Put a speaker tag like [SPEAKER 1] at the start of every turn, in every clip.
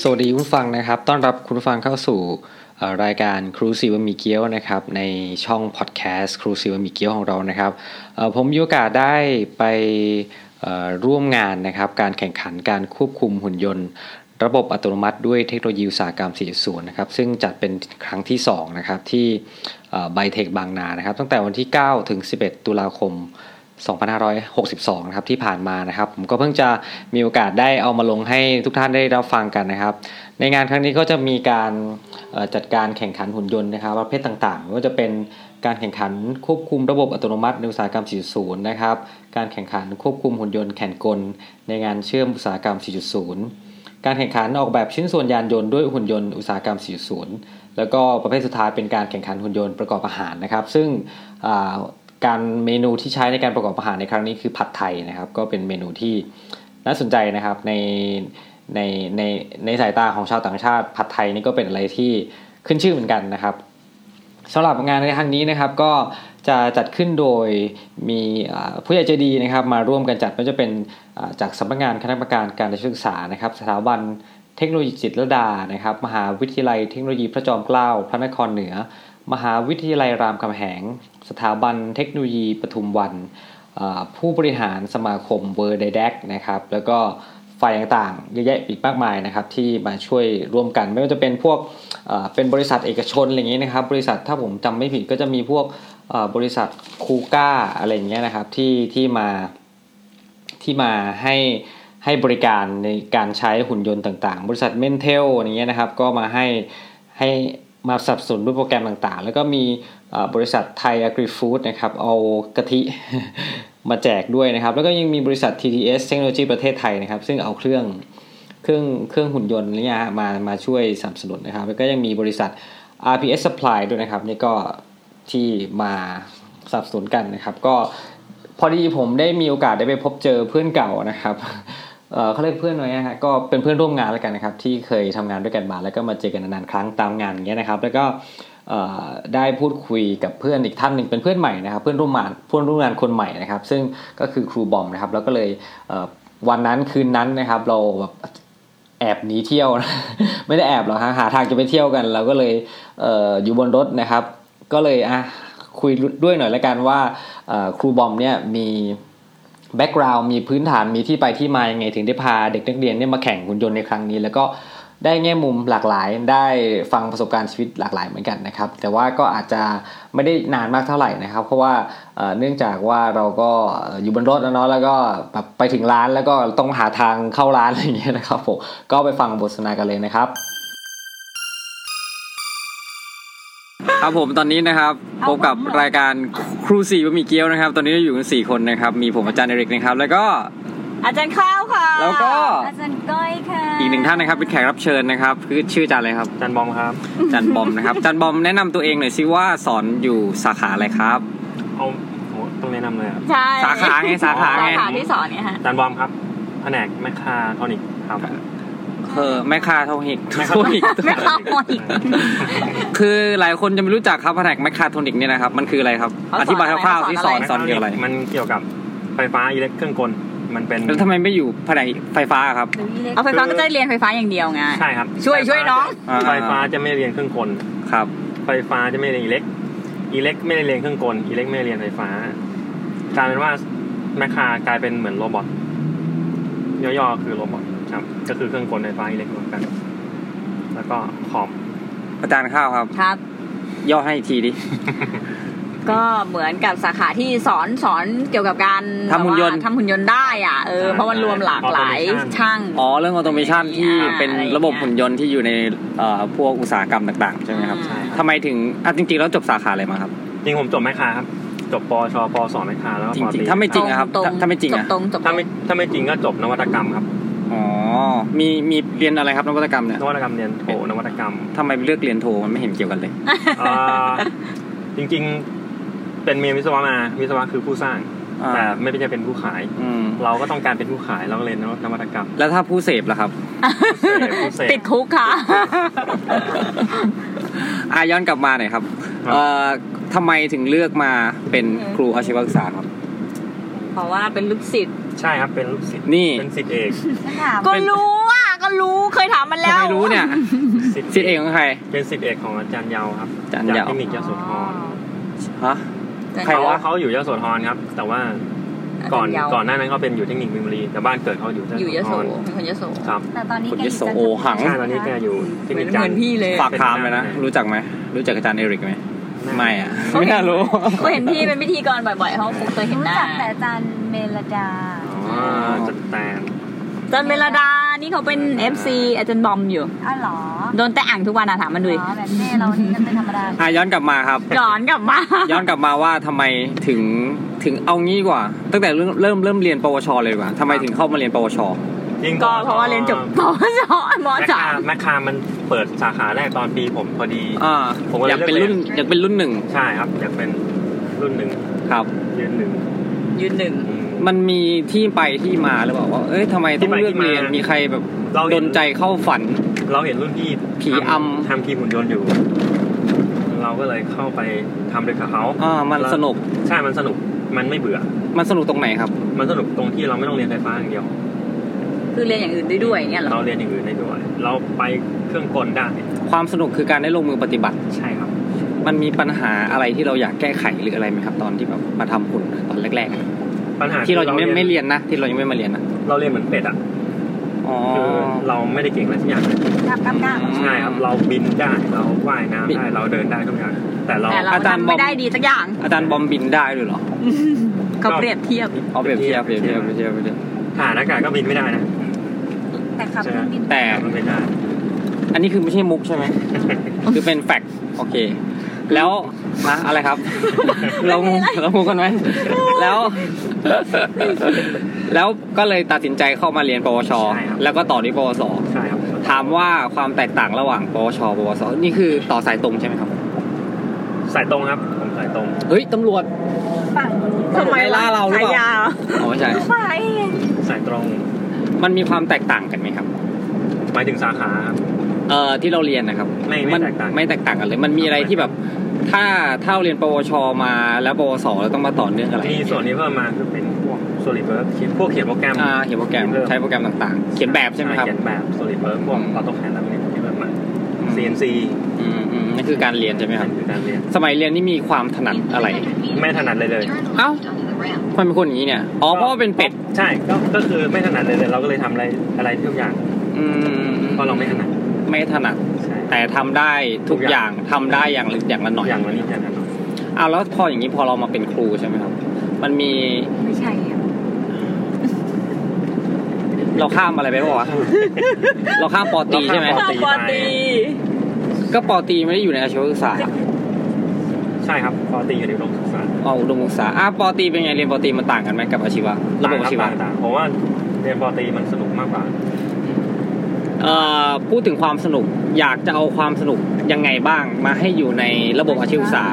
[SPEAKER 1] สวัสดีคุณผู้ฟังนะครับ ต้อนรับคุณผู้ฟังเข้าสู่เอ่อรายการครูซีวามีเกียวนะครับในช่องพอดแคสต์ครูซีวามีเกียวของเรานะครับเอ่อผมมีโอกาสได้ไปเอ่อร่วมงานนะครับการแข่งขันการควบคุมหุ่นยนต์ ระบบอัตโนมัติด้วยเทคโนโลยีอุตสาหกรรม 4.0 นะครับ ซึ่งจัดเป็นครั้งที่ 2 นะครับ ที่ไบเทคบางนานะครับ ตั้งแต่วันที่ 9 ถึง 11 ตุลาคม 2562 นะครับ ที่ผ่านมานะครับ ผมก็เพิ่งจะมีโอกาสได้เอามาลงให้ทุกท่านได้รับฟังกันนะครับ ในงานครั้งนี้ก็จะมีการเอ่อจัดการแข่งขันหุ่นยนต์นะครับ ประเภทต่างๆไม่ว่าจะเป็นการแข่งขันควบคุมระบบอัตโนมัติในอุตสาหกรรม 4.0 นะครับ การแข่งขันควบคุมหุ่นยนต์แข่งกล ในงานเชื่อมอุตสาหกรรม 4.0 การแข่งขันออกแบบชิ้นส่วนยานยนต์ด้วยหุ่นยนต์อุตสาหกรรม 4.0 แล้วก็ประเภทสุดท้ายเป็นการแข่งขันหุ่นยนต์ประกอบอาหารนะครับ ซึ่งอ่าการเมนูที่ใช้ในการประกอบอาหารในครั้งนี้คือผัดไทยนะครับ ก็เป็นเมนูที่น่าสนใจนะครับในในในในสายตาของชาวต่างชาติ ผัดไทยนี่ก็เป็นอะไรที่ขึ้นชื่อเหมือนกันนะครับ สำหรับงานในครั้งนี้นะครับก็จะจัดขึ้นโดยมีอ่าผู้ใหญ่ใจดีนะครับมาร่วมกันจัดไม่ว่าจะเป็นอ่าจากสำนักงานคณะกรรมการการศึกษานะครับ สถาบันเทคโนโลยีจิตรลดานะครับ มหาวิทยาลัยเทคโนโลยีพระจอมเกล้าพระนครเหนือ มหาวิทยาลัยรามคำแหง สถาบันเทคโนโลยีปทุมวันอ่าผู้บริหารสมาคมเวอร์ไดแดกนะครับแล้วก็ฝ่ายต่างๆเยอะแยะอีกมากมายนะครับที่มาช่วยร่วมกันไม่ว่าจะเป็นพวก เอ่อเป็นบริษัทเอกชนอะไรอย่างนี้นะครับ บริษัทถ้าผมจำไม่ผิดก็จะมีพวกเอ่อบริษัทคูก้าอะไรอย่างเงี้ยนะครับที่ที่มาที่มาให้ให้บริการในการใช้หุ่นยนต์ต่างๆ บริษัทเมนเทลอย่างเงี้ยนะครับก็มาให้ให้มาสนับสนุนด้วยโปรแกรมต่างๆ แล้วก็มีเอ่อบริษัทไทยอ r กริฟู้ดนะครับเอากะทิ มาแจกด้วยนะครับ แล้วก็ยังมีบริษัท TTS เทคโนโลยีประเทศไทยนะครับ ซึ่งเอาเครื่อง เครื่องเครื่องหุ่นยนต์เนี่ยฮะมามาช่วยสนับสนุนนะครับ แล้วก็ยังมีบริษัท RPS Supply ด้วยนะครับ นี่ก็ที่มาสนับสนุนกันนะครับ ก็พอดีผมได้มีโอกาสได้ไปพบเจอเพื่อนเก่านะครับเอ่อเขาเรียกเพื่อนไว้นะฮะก็เป็นเพื่อนร่วมงานแล้วกันนะครับ ที่เคยทำงานด้วยกันมาแล้วก็มาเจอกันนานๆครั้งตามงานอย่างเงี้ยนะครับ แล้วก็เอ่อได้พูดคุยกับเพื่อนอีกท่านหนึ่งเป็นเพื่อนใหม่นะครับ เพื่อนร่วมงานเพื่อนร่วมงานคนใหม่นะครับ ซึ่งก็คือครูบอมนะครับ แล้วก็เลยเอ่อวันนั้นคืนนั้นนะครับเราแบบ แอบหนีเที่ยวนะ ไม่ได้แอบหรอกฮะหาทางจะไปเที่ยวกันเราก็เลยเอออยู่บนรถนะครับ ก็เลยอ่ะคุยด้วยหน่อยละกันว่าเอ่อครูบอมเนี่ยมีแบ็กกราวน์มีพื้นฐานมีที่ไปที่มายังไงถึงได้พาเด็กนักเรียนเนี่ยมาแข่งหุ่นยนต์ในครั้งนี้ แล้วก็ได้แง่มุมหลากหลายได้ฟังประสบการณ์ชีวิตหลากหลายเหมือนกันนะครับ แต่ว่าก็อาจจะไม่ได้นานมากเท่าไหร่นะครับ เพราะว่าเอ่อเนื่องจากว่าเราก็เอ่ออยู่บนรถนะเนาะแล้วก็แบบไปถึงร้านแล้วก็ต้องหาทางเข้าร้านอะไรอย่างเงี้ยนะครับผมก็ไปฟังบทสนทนากันเลยนะครับ ครับผมตอนนี้นะครับพบกับรายการครูสี่บะหมี่เกี๊ยวนะครับ ตอนนี้เราอยู่กันสี่คนนะครับ มีผมอาจารย์เอริกนะครับ แล้วก็
[SPEAKER 2] อาจารย์ข้าวค่ะ
[SPEAKER 1] แล้วก็
[SPEAKER 2] อาจารย์ก้อยค่ะ
[SPEAKER 1] อีกหนึ่งท่านนะครับเป็นแขกรับเชิญนะครับคือชื่ออาจารย์อะไร ครับ
[SPEAKER 3] จันบอมครับ
[SPEAKER 1] จันบอมนะครับ จันบอมแนะนำตัวเองหน่อยสิว่าสอนอยู่สาขาอะไรครับ
[SPEAKER 3] เอาโหต้องแนะนำเลยอะ
[SPEAKER 2] ใช่
[SPEAKER 1] สาขาไงสาขาไง
[SPEAKER 2] สาขาที่สอนเนี่ยฮะ
[SPEAKER 3] จันบอมครับ แผนกแมคคาทรอนิกครับ
[SPEAKER 1] เออแมคคาโทนิก
[SPEAKER 3] แมคคา
[SPEAKER 1] โท
[SPEAKER 3] โทนิ
[SPEAKER 1] นิก
[SPEAKER 3] ก
[SPEAKER 2] ไม่เข้าหมดอีก
[SPEAKER 1] คือหลายคนจะไม่รู้จักครับแผนกแมคคาโทนิกเนี่ยนะครับ มันคืออะไรครับ
[SPEAKER 2] เขาสอน
[SPEAKER 1] อธิบายคร่าว
[SPEAKER 2] อะไร
[SPEAKER 1] ๆที่สอนสอนเกี่ยวกับอะไร
[SPEAKER 3] มันเกี่ยวกับไฟฟ้าอิเล็กเครื่องกล มันเป็น
[SPEAKER 1] แล้วทำไมไม่อยู่แผนกไฟฟ้าครับ
[SPEAKER 2] เอาไฟฟ้าก็จะเรียนไฟฟ้าอย่างเดียวไง
[SPEAKER 3] ใช่ครับ
[SPEAKER 2] ช่วย
[SPEAKER 3] ไฟฟ้า
[SPEAKER 2] ช่วยน้อง
[SPEAKER 3] จะไฟฟ้าจะไม่เรียนเครื่องกล
[SPEAKER 1] ครับ
[SPEAKER 3] ไฟฟ้าจะไม่เรียนอิเล็ก อิเล็กไม่ได้เรียนเครื่องกล อิเล็กไม่ได้เรียนไฟฟ้ากลายเป็นว่าแมคคากลายเป็นเหมือนโรบอท ย่อๆคือโรบอทครับ ก็คือเครื่องกลไฟฟ้าอิเล็กรวมกัน แล้วก็คอม
[SPEAKER 1] อาจารย์ข้าวครับ
[SPEAKER 2] ครับ
[SPEAKER 1] ย่อให้อีกทีดิ
[SPEAKER 2] ก็เหมือนกับสาขาที่สอนสอนเกี่ยวกับการ
[SPEAKER 1] ทำหุ่นยนต์
[SPEAKER 2] ทำหุ่นยนต์ได้อ่ะเออ
[SPEAKER 3] ใช่
[SPEAKER 2] เพราะมันรวมหลากหลาย
[SPEAKER 3] Automation
[SPEAKER 2] ช่าง
[SPEAKER 1] อ๋อเรื่องออโตเมชันที่
[SPEAKER 2] อ่า
[SPEAKER 1] เป็นระบบหุ่นยนต์ที่อยู่ในเอ่อพวกอุตสาหกรรมต่างๆ ใช่ไหมครับ
[SPEAKER 2] ใช่ครับ
[SPEAKER 1] ทำไมถึงอ่ะจริงๆแล้วจบสาขาอะไรมาครับ
[SPEAKER 3] จริงผมจบแมคคาครับ จบปชปสแมคคาแล้วก็
[SPEAKER 1] จ
[SPEAKER 3] ป
[SPEAKER 1] ริง
[SPEAKER 3] ตรี
[SPEAKER 1] ๆถ้าไม่จริงอะครับ
[SPEAKER 2] ตง
[SPEAKER 1] ถ้าถ้าไม่จริง
[SPEAKER 2] จบ
[SPEAKER 1] อะ
[SPEAKER 2] ตรงจบต
[SPEAKER 3] ถ้า
[SPEAKER 2] รง
[SPEAKER 3] ไม่ถ้าไม่จริงก็จบนวัตกรรมครับ
[SPEAKER 1] อ๋อมีมีเรียนอะไรครับนวัตกรรมเนี่ย
[SPEAKER 3] นวัตกรรมเรียนโถนวัตก รรม
[SPEAKER 1] ทำไมเลือกเรียนโทมันไม่เห็นเกี่ยวกันเลย
[SPEAKER 3] อ่าจริงๆ เป็นเมนวิศวะมาวิศวะคือผู้สร้าง
[SPEAKER 1] อ่า
[SPEAKER 3] แต่ไม่ใช่เป็นผู้ขาย
[SPEAKER 1] อืม
[SPEAKER 3] เราก็ต้องการเป็นผู้ขายเราก็เรียนนวัตกรรม
[SPEAKER 1] แล้วถ้าผู้เสพล่ะครับ
[SPEAKER 3] ผู้เสพผู้เสพ
[SPEAKER 2] ติดคุก ค่ะ
[SPEAKER 1] อาย้อนกลับมาหน่อยครับ
[SPEAKER 3] ครับ
[SPEAKER 1] เอ่อทำไมถึงเลือกมาเป็นครูอาชีวศึกษาครับ
[SPEAKER 2] เพราะว่าเป็นลูกศิษย์
[SPEAKER 3] ใช่ครับเป็นลูกศิษย์
[SPEAKER 1] นี่
[SPEAKER 3] เป็นศิษย์เอก
[SPEAKER 2] ก็รู้อ่ะ ก็รู้เคยถามมันแล้ว
[SPEAKER 1] ทำไมรู้ เนี่ยสิทธิ์เอกของใคร
[SPEAKER 3] เป็นสิทธิเอกของอาจารย์เยาครับ
[SPEAKER 1] อาจารย์เยา
[SPEAKER 3] เทคนิคยโสธร
[SPEAKER 1] ฮะ ใคร
[SPEAKER 3] เขา
[SPEAKER 1] วะ
[SPEAKER 3] เขาอยู่ยโสธรครับ แต่ว่าก่อนก่อนหน้านั้นเขาเป็นอยู่เทคนิคมินบุรีแต่บ้านเกิดเขาอยู่
[SPEAKER 2] อยู่
[SPEAKER 3] ย
[SPEAKER 2] ยโส
[SPEAKER 3] โสธร
[SPEAKER 2] เป็นคนยโส
[SPEAKER 3] ครับ
[SPEAKER 4] แต่ตอนนี้
[SPEAKER 1] คน
[SPEAKER 4] แก
[SPEAKER 1] ย
[SPEAKER 4] ยู่
[SPEAKER 1] โส
[SPEAKER 4] จันท
[SPEAKER 1] โอ
[SPEAKER 4] บุรี
[SPEAKER 1] หัง
[SPEAKER 3] ใช่ตอนนี้แกอยู่
[SPEAKER 2] เห
[SPEAKER 3] ที่
[SPEAKER 2] มือน
[SPEAKER 3] จั
[SPEAKER 2] เหมือ
[SPEAKER 3] นท
[SPEAKER 2] น
[SPEAKER 3] ร์
[SPEAKER 2] พี่เลย
[SPEAKER 1] ฝากถามเลยนะ
[SPEAKER 3] เป็น
[SPEAKER 1] รู้จักไหม รู้จักอาจารย์เอริกไหม ไม่อ่ะ ไม่น่ารู้
[SPEAKER 2] เขาเห็นพี่เป็นพิธีกรบ่อยๆเขาคงเคยเห็น
[SPEAKER 4] รู้
[SPEAKER 2] หน้า
[SPEAKER 4] จักแต่อาจารย์เมลดา
[SPEAKER 3] อ๋อจัดแตน
[SPEAKER 2] จันเมลดานี่เขาเป็น FC อาจารย์บอมอยู่
[SPEAKER 4] อ้าวเหรอ
[SPEAKER 2] โดนแต่อ่างทุกวันอะถามมันดูดิ
[SPEAKER 4] อ๋อแบบเน่เรานี่ก็เป็นธรรมดา
[SPEAKER 1] อ่ะย้อนกลับมาครับ
[SPEAKER 2] ย้อนกลับมา
[SPEAKER 1] ย้อนกลับมาว่าทำไมถึงถึงเอางี้ดีกว่า ตั้งแต่เริ่มเริ่มเริ่มเรียนปวช เลยดีกว่าทำไมถึงเข้ามาเรียนปวช
[SPEAKER 3] ยิ่ง
[SPEAKER 2] ก็เพราะว่าเรียนจบปวชม
[SPEAKER 3] แมคคา
[SPEAKER 2] สาม
[SPEAKER 3] แมคคามันเปิดสาขาแรกตอนปีผมพอดี
[SPEAKER 1] อ่า
[SPEAKER 3] ผมก็เลย
[SPEAKER 1] อยากเป็นรุ่น
[SPEAKER 3] เลือกเรียน
[SPEAKER 1] อยากเป็นรุ่นหนึ่ง
[SPEAKER 3] ใช่ครับ อยากเป็นรุ่นหนึ่ง
[SPEAKER 1] ครับ
[SPEAKER 3] ยืนหนึ่ง
[SPEAKER 2] ยืนหนึ่ง
[SPEAKER 3] อืม
[SPEAKER 1] มันมีที่ไปที่มาหรือเปล่าว่า เอ้ยทำไมต้องเลือกเรียน
[SPEAKER 3] ที่ไปที่มามี
[SPEAKER 1] มีใครแบบ
[SPEAKER 3] เราเห็
[SPEAKER 1] ด
[SPEAKER 3] น
[SPEAKER 1] นใจเข้าฝัน
[SPEAKER 3] เราเห็นรุ่นพี่
[SPEAKER 1] ผีอ
[SPEAKER 3] ทำ
[SPEAKER 1] ำ
[SPEAKER 3] ทำทีมหุ่นยนต์อยู่ เราก็เลยเข้าไปทำด้วยกับเขา
[SPEAKER 1] อ่ามัน
[SPEAKER 3] แล้ว
[SPEAKER 1] สนุก
[SPEAKER 3] ใช่มันสนุกมันไม่เบื่อ
[SPEAKER 1] มันสนุกตรงไหนครับ
[SPEAKER 3] มันสนุกตรงที่เราไม่ต้องเรียนไฟฟ้าอย่างเดียว
[SPEAKER 2] คือเรียนอย่างอื่นได้ด้วยอย่างเงี้ยเหรอ
[SPEAKER 3] เราเรียนอย่างอื่นได้ด้วย เราไปเครื่องกลได้
[SPEAKER 1] ความสนุกคือการได้ลงมือปฏิบัติ
[SPEAKER 3] ใช่ครับ
[SPEAKER 1] มันมีปัญหาอะไรที่เราอยากแก้ไขหรืออะไรไหมครับ ตอนที่แบบมาทำหุ่นตอนแรกๆอะ
[SPEAKER 3] ปัญหา
[SPEAKER 1] ที่เรายัง
[SPEAKER 3] คือ
[SPEAKER 1] ไม่ไม่เรียนนะ ที่เรายังไม่มาเรียนนะ
[SPEAKER 3] เราเรียนเหมือนเป็ดอ่ะ
[SPEAKER 1] อ๋อ
[SPEAKER 3] คือเราไม่ได้เก่งอะไรสักอย่าง
[SPEAKER 4] กับกับกับ
[SPEAKER 3] ใช่ครับ เราบินได้เราว่ายน้ำได้เราเดินได้ทุกอย่างแต่เรา
[SPEAKER 2] แต่เราทำไม่ได้ดีสักอย่าง
[SPEAKER 1] อาจารย์บอมบินได้ด้วยเหรอ
[SPEAKER 2] เขาเปรียบเทียบ
[SPEAKER 1] เอาเปรียบเทียบเปรียบเทียบเปรียบเทียบเปรียบเทียบ
[SPEAKER 3] ฐานอากาศก็บินไม่ได้นะ
[SPEAKER 4] แต่ขับเครื่องบิน
[SPEAKER 1] แต่
[SPEAKER 3] บินไม่ได้
[SPEAKER 1] อันนี้คือไม่ใช่มุกใช่ไหม คือเป็นแฟกต์โอเค แล้วนะอะไร ครับ เรางงเรางงกันไหมแล้ว แล้วก็เลยตัดสินใจเข้ามาเรียนปวช
[SPEAKER 3] ใช่ครับ
[SPEAKER 1] แล้วก็ต่อที่ปวส
[SPEAKER 3] ใช่ครับ
[SPEAKER 1] ถามว่าความแตกต่างระหว่างปวช ปวส นี่คือต่อสายตรงใช่ไหมครับ
[SPEAKER 3] สายตรงครับผมสายตรง
[SPEAKER 1] เฮ้ยตำรวจ
[SPEAKER 4] ฝั่ง
[SPEAKER 2] ทำไม
[SPEAKER 1] ล่าเราหรือเปล่า
[SPEAKER 2] ฉย
[SPEAKER 1] อ๋อไม่ใช่
[SPEAKER 4] ฝ่าย
[SPEAKER 3] สายตรง
[SPEAKER 1] มันมีความแตกต่างกันไหมครับ
[SPEAKER 3] หมายถึงสาขาครับ
[SPEAKER 1] เอ่อที่เราเรียนนะครับ
[SPEAKER 3] ไม่ไม่แตกต่าง
[SPEAKER 1] ไม่แตกต่างกันเลย มันมีอะไรที่แบบ ถ้าถ้าเราเรียนปวช มาแล้วปวส แล้วต้องมาต่อเนื่องอะไร
[SPEAKER 3] มีส่วนนี้เพิ่มมาคือเป็นพวก solid work เขียนพวกเขียนโปรแกรม
[SPEAKER 1] อ่าเขียนโปรแกรมใช้โปรแกรมต่างๆ เขียนแบบใช่ไหมครับ
[SPEAKER 3] เขียนแบบ solid work พวก
[SPEAKER 1] อืม
[SPEAKER 3] AutoCAD อะไรพวกนี้ที่เพิ่มมา
[SPEAKER 1] อืม
[SPEAKER 3] CNC
[SPEAKER 1] อืมอืมนั่นคือการเรียนใช่ไหมค
[SPEAKER 3] นั่
[SPEAKER 1] รับ
[SPEAKER 3] นคือการเรียน
[SPEAKER 1] สมัยเรียนนี่มีความถนัดอะไร
[SPEAKER 3] ไม่ถนัดเลยเลย
[SPEAKER 1] เอ้าทำไมเป็นคนอย่างนี้เนี่ย อ๋อ เพราะว่าเป็นเป็ด
[SPEAKER 3] ใช่ก็ก็คือไม่ถนัดเลยเลย เราก็เลยทำอะไรอะไรทุกอย่าง
[SPEAKER 1] อืมอืมอืม
[SPEAKER 3] เพราะเราไม่ถนัด
[SPEAKER 1] ไม่ถนัด
[SPEAKER 3] ใช่
[SPEAKER 1] แต่ทำได้ทุกอย่างทำได้อย่างละอย่างละหน่อย
[SPEAKER 3] อย่างละนิดอย่างละหน่อย
[SPEAKER 1] เอาแล้วพออย่างนี้พอเรามาเป็นครูใช่ไหมครับ มันมี
[SPEAKER 4] ไม่ใช่อะ
[SPEAKER 1] เราข้ามอะไรไปบ้างวะ เราข้ามปอตรีใช่ไหม
[SPEAKER 2] ๆปอตี
[SPEAKER 1] ก็ปอตรีไม่ได้อยู่ในอาชีวศึกษา
[SPEAKER 3] ใช่ ครับปอตีอยู่ในโรงศึกษา
[SPEAKER 1] เอาอุดมศึกษาอ่ะปอตรีเป็นไงเรียนปอตรีมันต่างกันไหมกับอาชีวะระบบอาชีวะ
[SPEAKER 3] ต่างๆต่างๆเพราะว่าเรียนปอตีมันสนุกมากกว่า
[SPEAKER 1] เอ่อพูดถึงความสนุกอยากจะเอาความสนุกยังไงบ้างมาให้อยู่ในระบบอาชีวศึกษา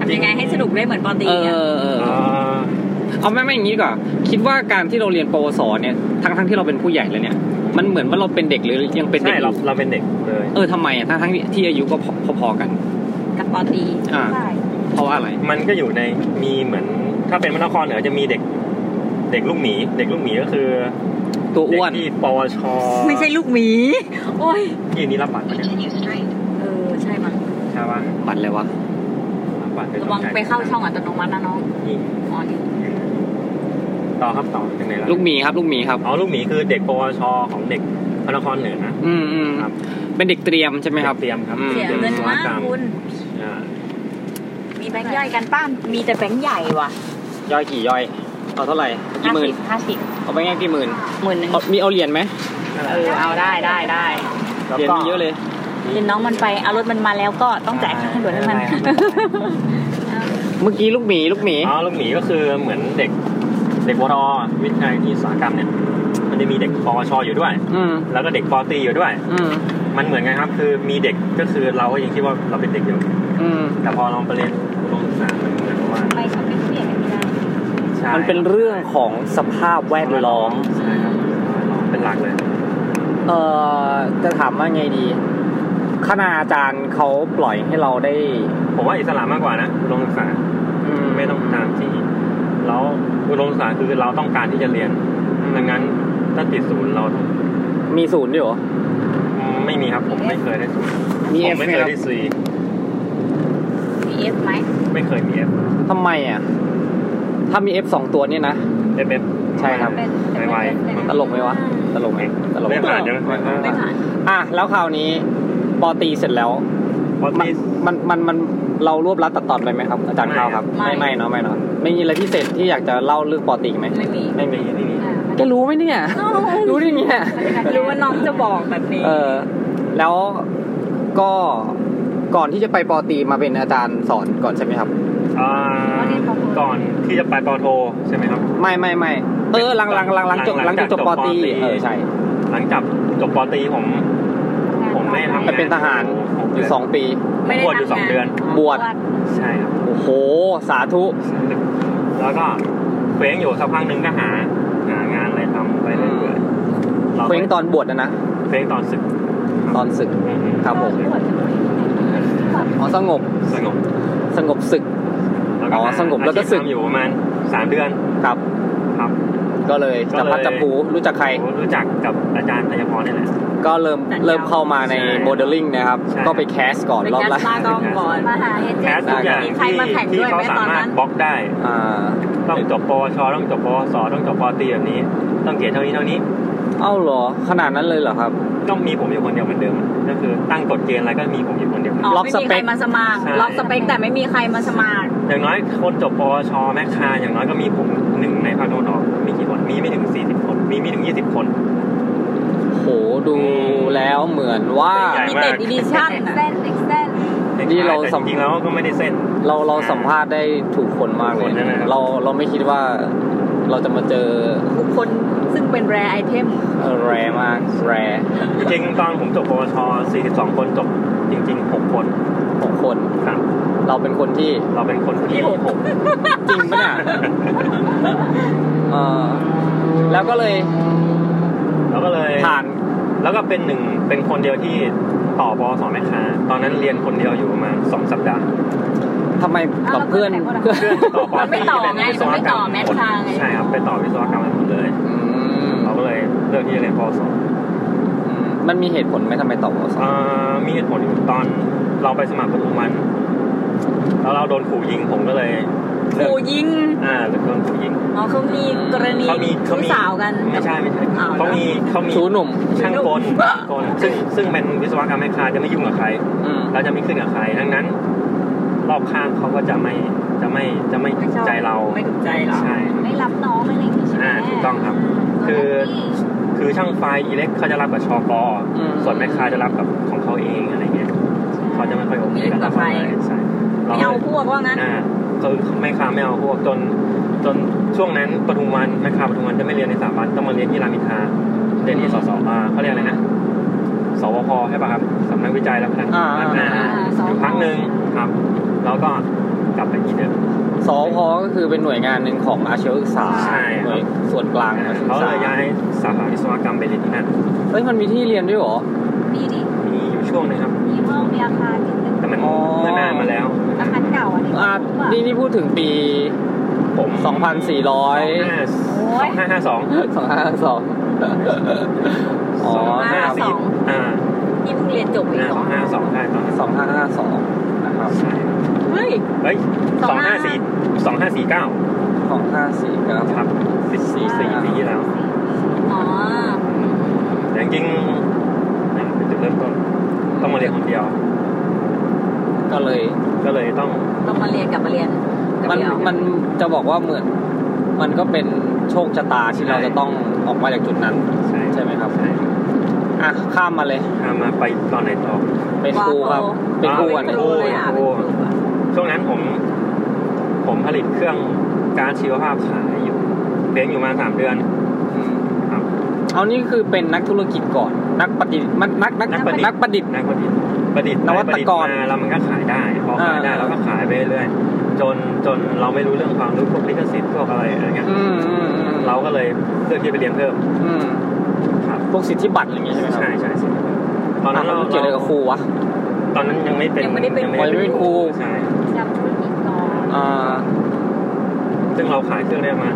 [SPEAKER 2] ทำยังไงให้สนุกได้เหมือนปอตี
[SPEAKER 1] เออ
[SPEAKER 2] อะ
[SPEAKER 1] เออเออเอาไม่ไม่อย่างนี้ดีกว่าคิดว่าการที่เราเรียนปวสเนี่ยทั้งทั้งที่เราเป็นผู้ใหญ่แล้วเนี่ยมันเหมือนว่าเราเป็นเด็กหรือยังเป็นเด็
[SPEAKER 3] ใช่
[SPEAKER 1] กอ
[SPEAKER 3] เรา
[SPEAKER 1] ยู่
[SPEAKER 3] เราเป็นเด็กเลย
[SPEAKER 1] เออทำไมอ่ะทั้งทั้งที่อายุก็พอพอๆกัน
[SPEAKER 2] กับปอตี
[SPEAKER 1] อ่า
[SPEAKER 4] ฝ่าย
[SPEAKER 1] เพราะว่าอะไร
[SPEAKER 3] มันก็อยู่ในมีเหมือน ถ้าเป็นมนครเหนือจะมีเด็ก เด็กลูกหมี เด็กลูกหมีก็คือ
[SPEAKER 1] ตัว
[SPEAKER 3] เด็ก
[SPEAKER 1] อ้วน
[SPEAKER 3] ที่ปวช
[SPEAKER 2] ไม่ใช่ลูกหมี โอ้ย
[SPEAKER 3] ที่นี้รับบัตรปะเนี่ย
[SPEAKER 2] เออใช่มั้ง
[SPEAKER 3] ใช่ป่ะ
[SPEAKER 1] บัตรเลยวะ
[SPEAKER 3] รับบัตรเป็น
[SPEAKER 2] ระวังไปเข้าช่องอัตโนมัตินะน้อง
[SPEAKER 3] นี่
[SPEAKER 2] อ๋อนี่
[SPEAKER 3] ต่อครับต่อยังไงะ
[SPEAKER 1] ลูกหมีครับลูกหมีครับ
[SPEAKER 3] อ๋อลูกหมีคือเด็กปวชของเด็กพระนครเหนือนะ
[SPEAKER 1] อืมอืม
[SPEAKER 3] ครับ
[SPEAKER 1] เป็นเด็กเตรียมใช่ไหมครับ
[SPEAKER 3] เตรียมครับ
[SPEAKER 1] อืม
[SPEAKER 2] เสียเงินมากคุณ
[SPEAKER 3] อ่า
[SPEAKER 2] มีแบงค์ย่อยกันป้ามีแต่แบงค์ใหญ่ว่ะ
[SPEAKER 1] ย่อยกี่ย่อย เอาเท่าไหร่กี่
[SPEAKER 2] ห้า
[SPEAKER 1] หมื่
[SPEAKER 2] สิ
[SPEAKER 1] น
[SPEAKER 2] บห้าสิบ
[SPEAKER 1] เอาไปง่ายกี่หมื่น
[SPEAKER 2] หมื่นหนึ่ง
[SPEAKER 1] เอามีเอาเหรียญไหม
[SPEAKER 2] เออเอาได้ได้ได้
[SPEAKER 3] แล้ว
[SPEAKER 1] เหรียญ
[SPEAKER 3] ก็
[SPEAKER 1] มีเยอะเลย
[SPEAKER 2] เดี๋ยวน้องมันไปเอารถมันมาแล้วก็ต้องจ่ายค่าทางด่วนให้มัน
[SPEAKER 1] เมื่อกี้ลูกหมีลูกหมี
[SPEAKER 3] อ๋อลูกหมีก็คือเหมือนเด็ก เด็กวทวิทยาลัยที่อุตสาหกรรมเนี่ย มันจะมีเด็กปวชอยู่ด้วย
[SPEAKER 1] อืม
[SPEAKER 3] แล้วก็เด็กปอตรีอยู่ด้วย
[SPEAKER 1] อืม
[SPEAKER 3] มันเหมือนไงครับ คือมีเด็กก็คือเราก็ยังคิดว่าเราเป็นเด็กอยู่
[SPEAKER 1] อืม
[SPEAKER 3] แต่พอเราไปเรียนอุดมศึกษามันเหมือนกับว่า
[SPEAKER 4] ไปฉันเป็นผู้ใหญ่กันไม่ได้
[SPEAKER 3] ใช่
[SPEAKER 1] มันเป็นเรื่องของสภาพแวดล้อม
[SPEAKER 3] ใช่ครับเป็นหลักเลย
[SPEAKER 1] เอ่อจะถามว่าไงดีคณาจารย์เขาปล่อยให้เราได้
[SPEAKER 3] ผมว่าอิสระมากกว่านะอุดมศึกษา
[SPEAKER 1] อื
[SPEAKER 3] ไม่ต้องตามที่แล้วอุดมศึกษาคือเราต้องการที่จะเรียนดังนั้นถ้าติดศูนย์เราต้อง
[SPEAKER 1] มีศูนย์ด้วยเหรอ
[SPEAKER 3] อืมไม่มีครับผมไม่เคยได้ศูนย์
[SPEAKER 1] มี
[SPEAKER 3] ผ
[SPEAKER 1] เอฟ
[SPEAKER 3] มไม่
[SPEAKER 1] ไหม
[SPEAKER 3] เค
[SPEAKER 1] ค
[SPEAKER 3] ย
[SPEAKER 1] รับ
[SPEAKER 3] ได้ซี
[SPEAKER 4] มีเอฟไหม
[SPEAKER 3] ไม่เคยมีเอฟ
[SPEAKER 1] ทำไมอ่ะ ถ้ามีเอฟสองตัวเนี่ยนะ
[SPEAKER 3] เอฟเอฟ
[SPEAKER 1] ใช่ครับ
[SPEAKER 4] เป็นเป็น
[SPEAKER 3] ไม่ไหว
[SPEAKER 4] เป็น
[SPEAKER 1] ตลกไหมวะ ตลกไหมตลก
[SPEAKER 3] ไม่ผ่านใช่ไหม
[SPEAKER 2] ไม่ผ่าน
[SPEAKER 1] อ่ะ แล้วคราวนี้ปอตีเสร็จแล้ว
[SPEAKER 3] เพราะ
[SPEAKER 1] มัน
[SPEAKER 3] ที่
[SPEAKER 1] มันมันมันเรารวบรัดตัดตอนเลยไหมครับ อาจารย์
[SPEAKER 3] ไม่
[SPEAKER 1] ข้าวครับ ไม่ไม่เนาะไม่เนาะไม่มีอะไรพิเศษที่อยากจะเล่าเรื่องปอตีไหม
[SPEAKER 2] ไม่มี
[SPEAKER 1] ไม่มี
[SPEAKER 3] ไม่ไม่มี
[SPEAKER 4] อ่า
[SPEAKER 1] แกรู้ไหมเนี่ย รู้ได้ไงเนี่ย
[SPEAKER 2] รู้ว่าน้องจะบอกแบบนี้
[SPEAKER 1] เออแล้วก็ก่อนที่จะไปปอตรีมาเป็นอาจารย์สอนก่อนใช่ไหมครับ
[SPEAKER 3] อ่าก่อนที่จะไปปอโท ใช่ไหมครับ
[SPEAKER 1] ไม่ไม่ไม่เออหลังหลังหลังหลังจบหลังจากจบปอตรี
[SPEAKER 3] หลังจากจบปอตรี
[SPEAKER 1] เออใช่
[SPEAKER 3] หลังจากจบปอตรีผม ผมไม่ทำ
[SPEAKER 1] ไป
[SPEAKER 3] งาน
[SPEAKER 1] เป็นทหาร อยู่สองปี
[SPEAKER 3] ไม่ได้บวชอยู่สองเดือน
[SPEAKER 1] บวช
[SPEAKER 3] ใช่ครับ
[SPEAKER 1] โอ้โห สาธุ
[SPEAKER 3] แล้วก็เคว้งอยู่สักพักหนึ่งก็หาหางานอะไรทำไปเรื่อยๆราก็
[SPEAKER 1] เคว้งตอนบวชนะนะ
[SPEAKER 3] เคว้งตอนศึก
[SPEAKER 1] ตอนศึก
[SPEAKER 3] อืม
[SPEAKER 1] ครับผม อ๋อสงบ
[SPEAKER 3] สงบ
[SPEAKER 1] สงบศึก
[SPEAKER 3] แล้วก็
[SPEAKER 1] อ๋อ
[SPEAKER 3] หา
[SPEAKER 1] สงบแล้วก็ศึก
[SPEAKER 3] อาชีพทำอยู่ประมาณสามเดือน
[SPEAKER 1] ครับ
[SPEAKER 3] ครับ
[SPEAKER 1] ก็เลย
[SPEAKER 3] ก็เล
[SPEAKER 1] จับ
[SPEAKER 3] ย
[SPEAKER 1] พัดจับผูรู้จักใคร
[SPEAKER 3] ผมรู้จักกับอาจารย์พยพรนี่แหละ
[SPEAKER 1] ก็เริ่มเริ่มเข้ามาใน
[SPEAKER 3] ใช่
[SPEAKER 1] โมเดลลิ่งนะครับ
[SPEAKER 3] ใช่
[SPEAKER 1] ก็ไปแคสก่อน
[SPEAKER 2] ไป
[SPEAKER 1] รอบ
[SPEAKER 2] แคส
[SPEAKER 1] แรก
[SPEAKER 2] ตากล้องก่อน
[SPEAKER 4] มาหาเฮด
[SPEAKER 3] แค
[SPEAKER 4] เจ
[SPEAKER 3] ส
[SPEAKER 4] น
[SPEAKER 3] ทุกอย่าง
[SPEAKER 2] มีใคร
[SPEAKER 3] ที่
[SPEAKER 2] มาแข่ง
[SPEAKER 3] ที่
[SPEAKER 2] ด้วย
[SPEAKER 3] เขา
[SPEAKER 2] ไหม
[SPEAKER 3] สา
[SPEAKER 2] ตอนนั้น
[SPEAKER 3] มารถบล็อกได้
[SPEAKER 1] อ่า
[SPEAKER 3] ต้องจบปวชต้องจบปวสต้องจบปตรีแบบนี้ ต้องเกรดเท่านี้เท่านี้
[SPEAKER 1] เอ้าเหรอ ขนาดนั้นเลยเหรอครับ
[SPEAKER 3] ต้องมีผมอยู่คนเดียวเหมือนเดิมก็คือตั้งกฎเกณฑ์อะไรก็มีผมอยู่คนเดียว
[SPEAKER 2] อ๋อ
[SPEAKER 1] ล็อก
[SPEAKER 2] ไม่
[SPEAKER 1] ส
[SPEAKER 2] มี
[SPEAKER 1] เป
[SPEAKER 2] ใคร
[SPEAKER 1] ค
[SPEAKER 2] มาสมัคร
[SPEAKER 3] ใช่
[SPEAKER 2] ล็อกสเปคแต่ไม่มีใครมาสมัคร
[SPEAKER 3] อย่างน้อยคนจบปวชแมคคาอย่างน้อยก็มีผมหนึ่งในภาคตะวันออกมีกี่คนมีไม่ถึงสี่สิบคนมีไม่ถึงยี่สิบคน
[SPEAKER 1] โหดูแล้วเหมือนว่า
[SPEAKER 3] ใหญ่
[SPEAKER 2] มี
[SPEAKER 3] มาก
[SPEAKER 2] เต็ดอีดิชั่น
[SPEAKER 4] เด็ก
[SPEAKER 2] อะ
[SPEAKER 4] เส้นเด็กเส้น
[SPEAKER 1] นี่เรา
[SPEAKER 3] แต่
[SPEAKER 1] สัม
[SPEAKER 3] จริงๆแล้วก็ไม่ได้เส้น
[SPEAKER 1] เราเราสัมภาษณ์ได้ถูกคนมากเล
[SPEAKER 3] ถู
[SPEAKER 1] ย
[SPEAKER 3] กคนใช่ไหมครับ
[SPEAKER 1] เราเราไม่คิดว่าเราจะมาเจอ
[SPEAKER 2] บุคคลซึ่งเป็นแรไอเทม
[SPEAKER 1] เอ่อแรมากแร
[SPEAKER 3] จริงๆตอนผมจบปวชสี่สิบสองคนจบจริงๆหกคน
[SPEAKER 1] ของคน
[SPEAKER 3] ครับ
[SPEAKER 1] เราเป็นคนที่
[SPEAKER 3] เราเป็นคนที่หก
[SPEAKER 1] จริงปะเนี่ยเออแล้วก็เลย
[SPEAKER 3] เราก็เลย
[SPEAKER 1] ผ่าน
[SPEAKER 3] แล้วก็เป็นหนึ่งเป็นคนเดียวที่ต่อปวสแมคคาตอนนั้นเรียนคนเดียวอยู่ประมาณสองสัปดาห์
[SPEAKER 1] ทำไมกับเพื่อนเพื่อน
[SPEAKER 3] เพื่อนต่อปอ
[SPEAKER 2] มันไม่ต่อไง
[SPEAKER 3] ที่เป็นวิศว
[SPEAKER 2] มัน
[SPEAKER 3] กรร
[SPEAKER 2] ไม่ต่อแมททางไง
[SPEAKER 3] ใช่ครับไปต่อวิศวกรรมกันหมดเลย
[SPEAKER 1] อืม
[SPEAKER 3] เราก็เลยเลือกที่จะเรียนปวส
[SPEAKER 1] อืมมันมีเหตุผลไหมทำไมตอบว่าสอ
[SPEAKER 3] เอ่อมีเหตุผลอยู่ตอนเราไปสมัครประตูมันแล้วเราโดนขู่ยิงผมก็เลยเลือก
[SPEAKER 2] ขู่ยิง
[SPEAKER 3] อ่าโดนขู่ยิง
[SPEAKER 2] อ๋อเขามีกรณี
[SPEAKER 3] เขามีเขา
[SPEAKER 2] ชู้
[SPEAKER 3] มี
[SPEAKER 2] สาวกัน
[SPEAKER 3] ไม่ใช่ไม่ใช่
[SPEAKER 2] อ้าวเหรอ
[SPEAKER 3] เขามีเขามี
[SPEAKER 1] ชูหนุ่ม
[SPEAKER 3] ช่างกลกลซึ่งซึ่งเป็นวิศวกรรมแม่ค้าจะไม่ยุ่งกับใคร
[SPEAKER 1] อืม
[SPEAKER 3] เราจะไม่ขึ้นกับใครดังนั้น รอบข้างเขาก็จะไม่จะไม่จะไม่
[SPEAKER 2] ไม่ชอบ
[SPEAKER 3] ใจเรา
[SPEAKER 2] ไม่ถูกใจเรา
[SPEAKER 3] ใช่
[SPEAKER 4] ไม่รับน้องอะไรอย่างงี้ใช่ไหม
[SPEAKER 3] อ่าถูกต้องครับ
[SPEAKER 4] ม
[SPEAKER 3] คือ
[SPEAKER 4] ตนนั้นที่
[SPEAKER 3] คือช่างไฟอิเล็กเขาจะรับกับชอกอ
[SPEAKER 1] อืม
[SPEAKER 3] ส่วนแม่ค้าจะรับกับของเขาเองอะไรเงี้ยเขาจะไม่ค่อยโอเคกับเราเท่าไหร่ใช่เรา
[SPEAKER 2] ไม่เอาพวกว่างั้น
[SPEAKER 3] อ่าคือแม่ค้าไม่เอาพวกจน จนช่วงนั้นปทุมวันแม่ค้าปทุมวันจะไม่เรียนในสถาบันต้องมาเรียนที่รามอินทราเรียนที่สสอาเขาเรียกอะไรนะสวพใช่ป่ะครับสำนักวิจัยและพัฒนาการ
[SPEAKER 4] อ่าส
[SPEAKER 3] อยู่พักหนึ่งครับแล้วก็กลับไปที่เดิม
[SPEAKER 1] สอพอก็คือเป็นหน่วยงานหนึ่งของอาชีวศึกษา
[SPEAKER 3] ใช่ครับ
[SPEAKER 1] หน่วยส่วนกลางอาชีว
[SPEAKER 3] เขา
[SPEAKER 1] ศึก
[SPEAKER 3] เล
[SPEAKER 1] ษาย
[SPEAKER 3] ย้ายสาขาวิศวกรรมไปเรียนที่นั่น
[SPEAKER 1] เอ้ยมันมีที่เรียนด้วยเหรอ
[SPEAKER 4] มีดิ
[SPEAKER 3] มีอยู่ช่วงหนึงครับ
[SPEAKER 4] มีเพิ่มมีอาคารนิดนึง
[SPEAKER 3] แต่มัน
[SPEAKER 1] อ๋อ
[SPEAKER 3] เมื่อนานมาแล้ว
[SPEAKER 4] อาคารเก่าอันนี้
[SPEAKER 1] อ่ะนี่นี่พูดถึงปี
[SPEAKER 3] ผม
[SPEAKER 1] 2,400
[SPEAKER 3] สองห้าห้าสอง
[SPEAKER 1] 2,552อ๋อ
[SPEAKER 2] ห้า
[SPEAKER 1] นะครับ
[SPEAKER 2] สอง
[SPEAKER 3] อ่า
[SPEAKER 2] นี่เพิ่งเรียนจบเอง
[SPEAKER 3] อ่า
[SPEAKER 2] เหร
[SPEAKER 3] ส
[SPEAKER 2] อ
[SPEAKER 3] องห้าสองได้ตอนนี้
[SPEAKER 1] 2552นะครับ
[SPEAKER 3] ใช่
[SPEAKER 2] เฮ้ย
[SPEAKER 3] เฮ้ยสองห้าสี่สองห้าสี่เก้า
[SPEAKER 1] 2549
[SPEAKER 3] ครับสิบสี่สี่ปีที่แล้ว
[SPEAKER 2] อ๋อ
[SPEAKER 3] แต่จริงๆนั่นเป็นจุดเริ่มต้นต้องมาเรียนคนเดียว
[SPEAKER 1] ก็เลย
[SPEAKER 3] ก็เลยต้อง
[SPEAKER 2] ต้องมาเรียนกลับมาเรียนกับ
[SPEAKER 1] มัน
[SPEAKER 2] เดียว
[SPEAKER 1] มันจะบอกว่าเหมือน มันก็เป็นโชคชะตาที่เราจะต้องออกมาจากจุดนั้น
[SPEAKER 3] ใช่
[SPEAKER 1] ใช่ไหมครับ
[SPEAKER 3] ใช่
[SPEAKER 1] อ่ะ ข้ามมาเลย
[SPEAKER 3] อ่ามาไปตอนไหนต่อ
[SPEAKER 1] เป็นครูครับ เป็นครู
[SPEAKER 2] เป็
[SPEAKER 1] อั
[SPEAKER 2] น
[SPEAKER 1] น
[SPEAKER 2] ค
[SPEAKER 1] นี้
[SPEAKER 2] รูเลยอ่ะเป็นครูอะ
[SPEAKER 3] ช่วงนั้นผม ผมผลิตเครื่องการดชีวภาพขายอยู่เรียนอยู่มาสามเดือน
[SPEAKER 1] อืม
[SPEAKER 3] ครับ
[SPEAKER 1] เอานี่คือเป็นนักธุรกิจก่อน นักปฏิมันนักนัก
[SPEAKER 3] นักประดิษฐ์
[SPEAKER 1] นักประดิษฐ์
[SPEAKER 3] นักประดิษฐ์ประดิษฐ์ไป
[SPEAKER 1] นวั
[SPEAKER 3] ป
[SPEAKER 1] ต
[SPEAKER 3] ระดิษ
[SPEAKER 1] กร
[SPEAKER 3] ฐ์มาแล้วมันก็ขายได้พอขายได้
[SPEAKER 1] อ่า
[SPEAKER 3] เราก็ขายไปเรื่อยจนจนเราไม่รู้เรื่องความรู้พวกลิขสิทธิ์พวกอะไรอะไรเงี้ย
[SPEAKER 1] อืมอืมอืม
[SPEAKER 3] เราก็เลยเลือกที่จะไปเรียนเพิ่ม
[SPEAKER 1] อืม
[SPEAKER 3] ครับ
[SPEAKER 1] พวกสิทธิบัตรอะไรอย่างเงี้ยใช่ไหมครับ
[SPEAKER 3] ใช่ใช่สิตอน
[SPEAKER 1] อ่ะ
[SPEAKER 3] นั้นเรา
[SPEAKER 1] มันเกี่ยวอะไรกับครูวะ
[SPEAKER 3] ตอนนั้นยังไม่เป็น
[SPEAKER 2] ยังไม่ได้เป็น
[SPEAKER 1] อ๋อยังไม่เป็นครู
[SPEAKER 3] ใช่
[SPEAKER 4] จำธุรกิจก่อน
[SPEAKER 1] อ่า
[SPEAKER 3] ซึ่งเราขายเครื่องได้มา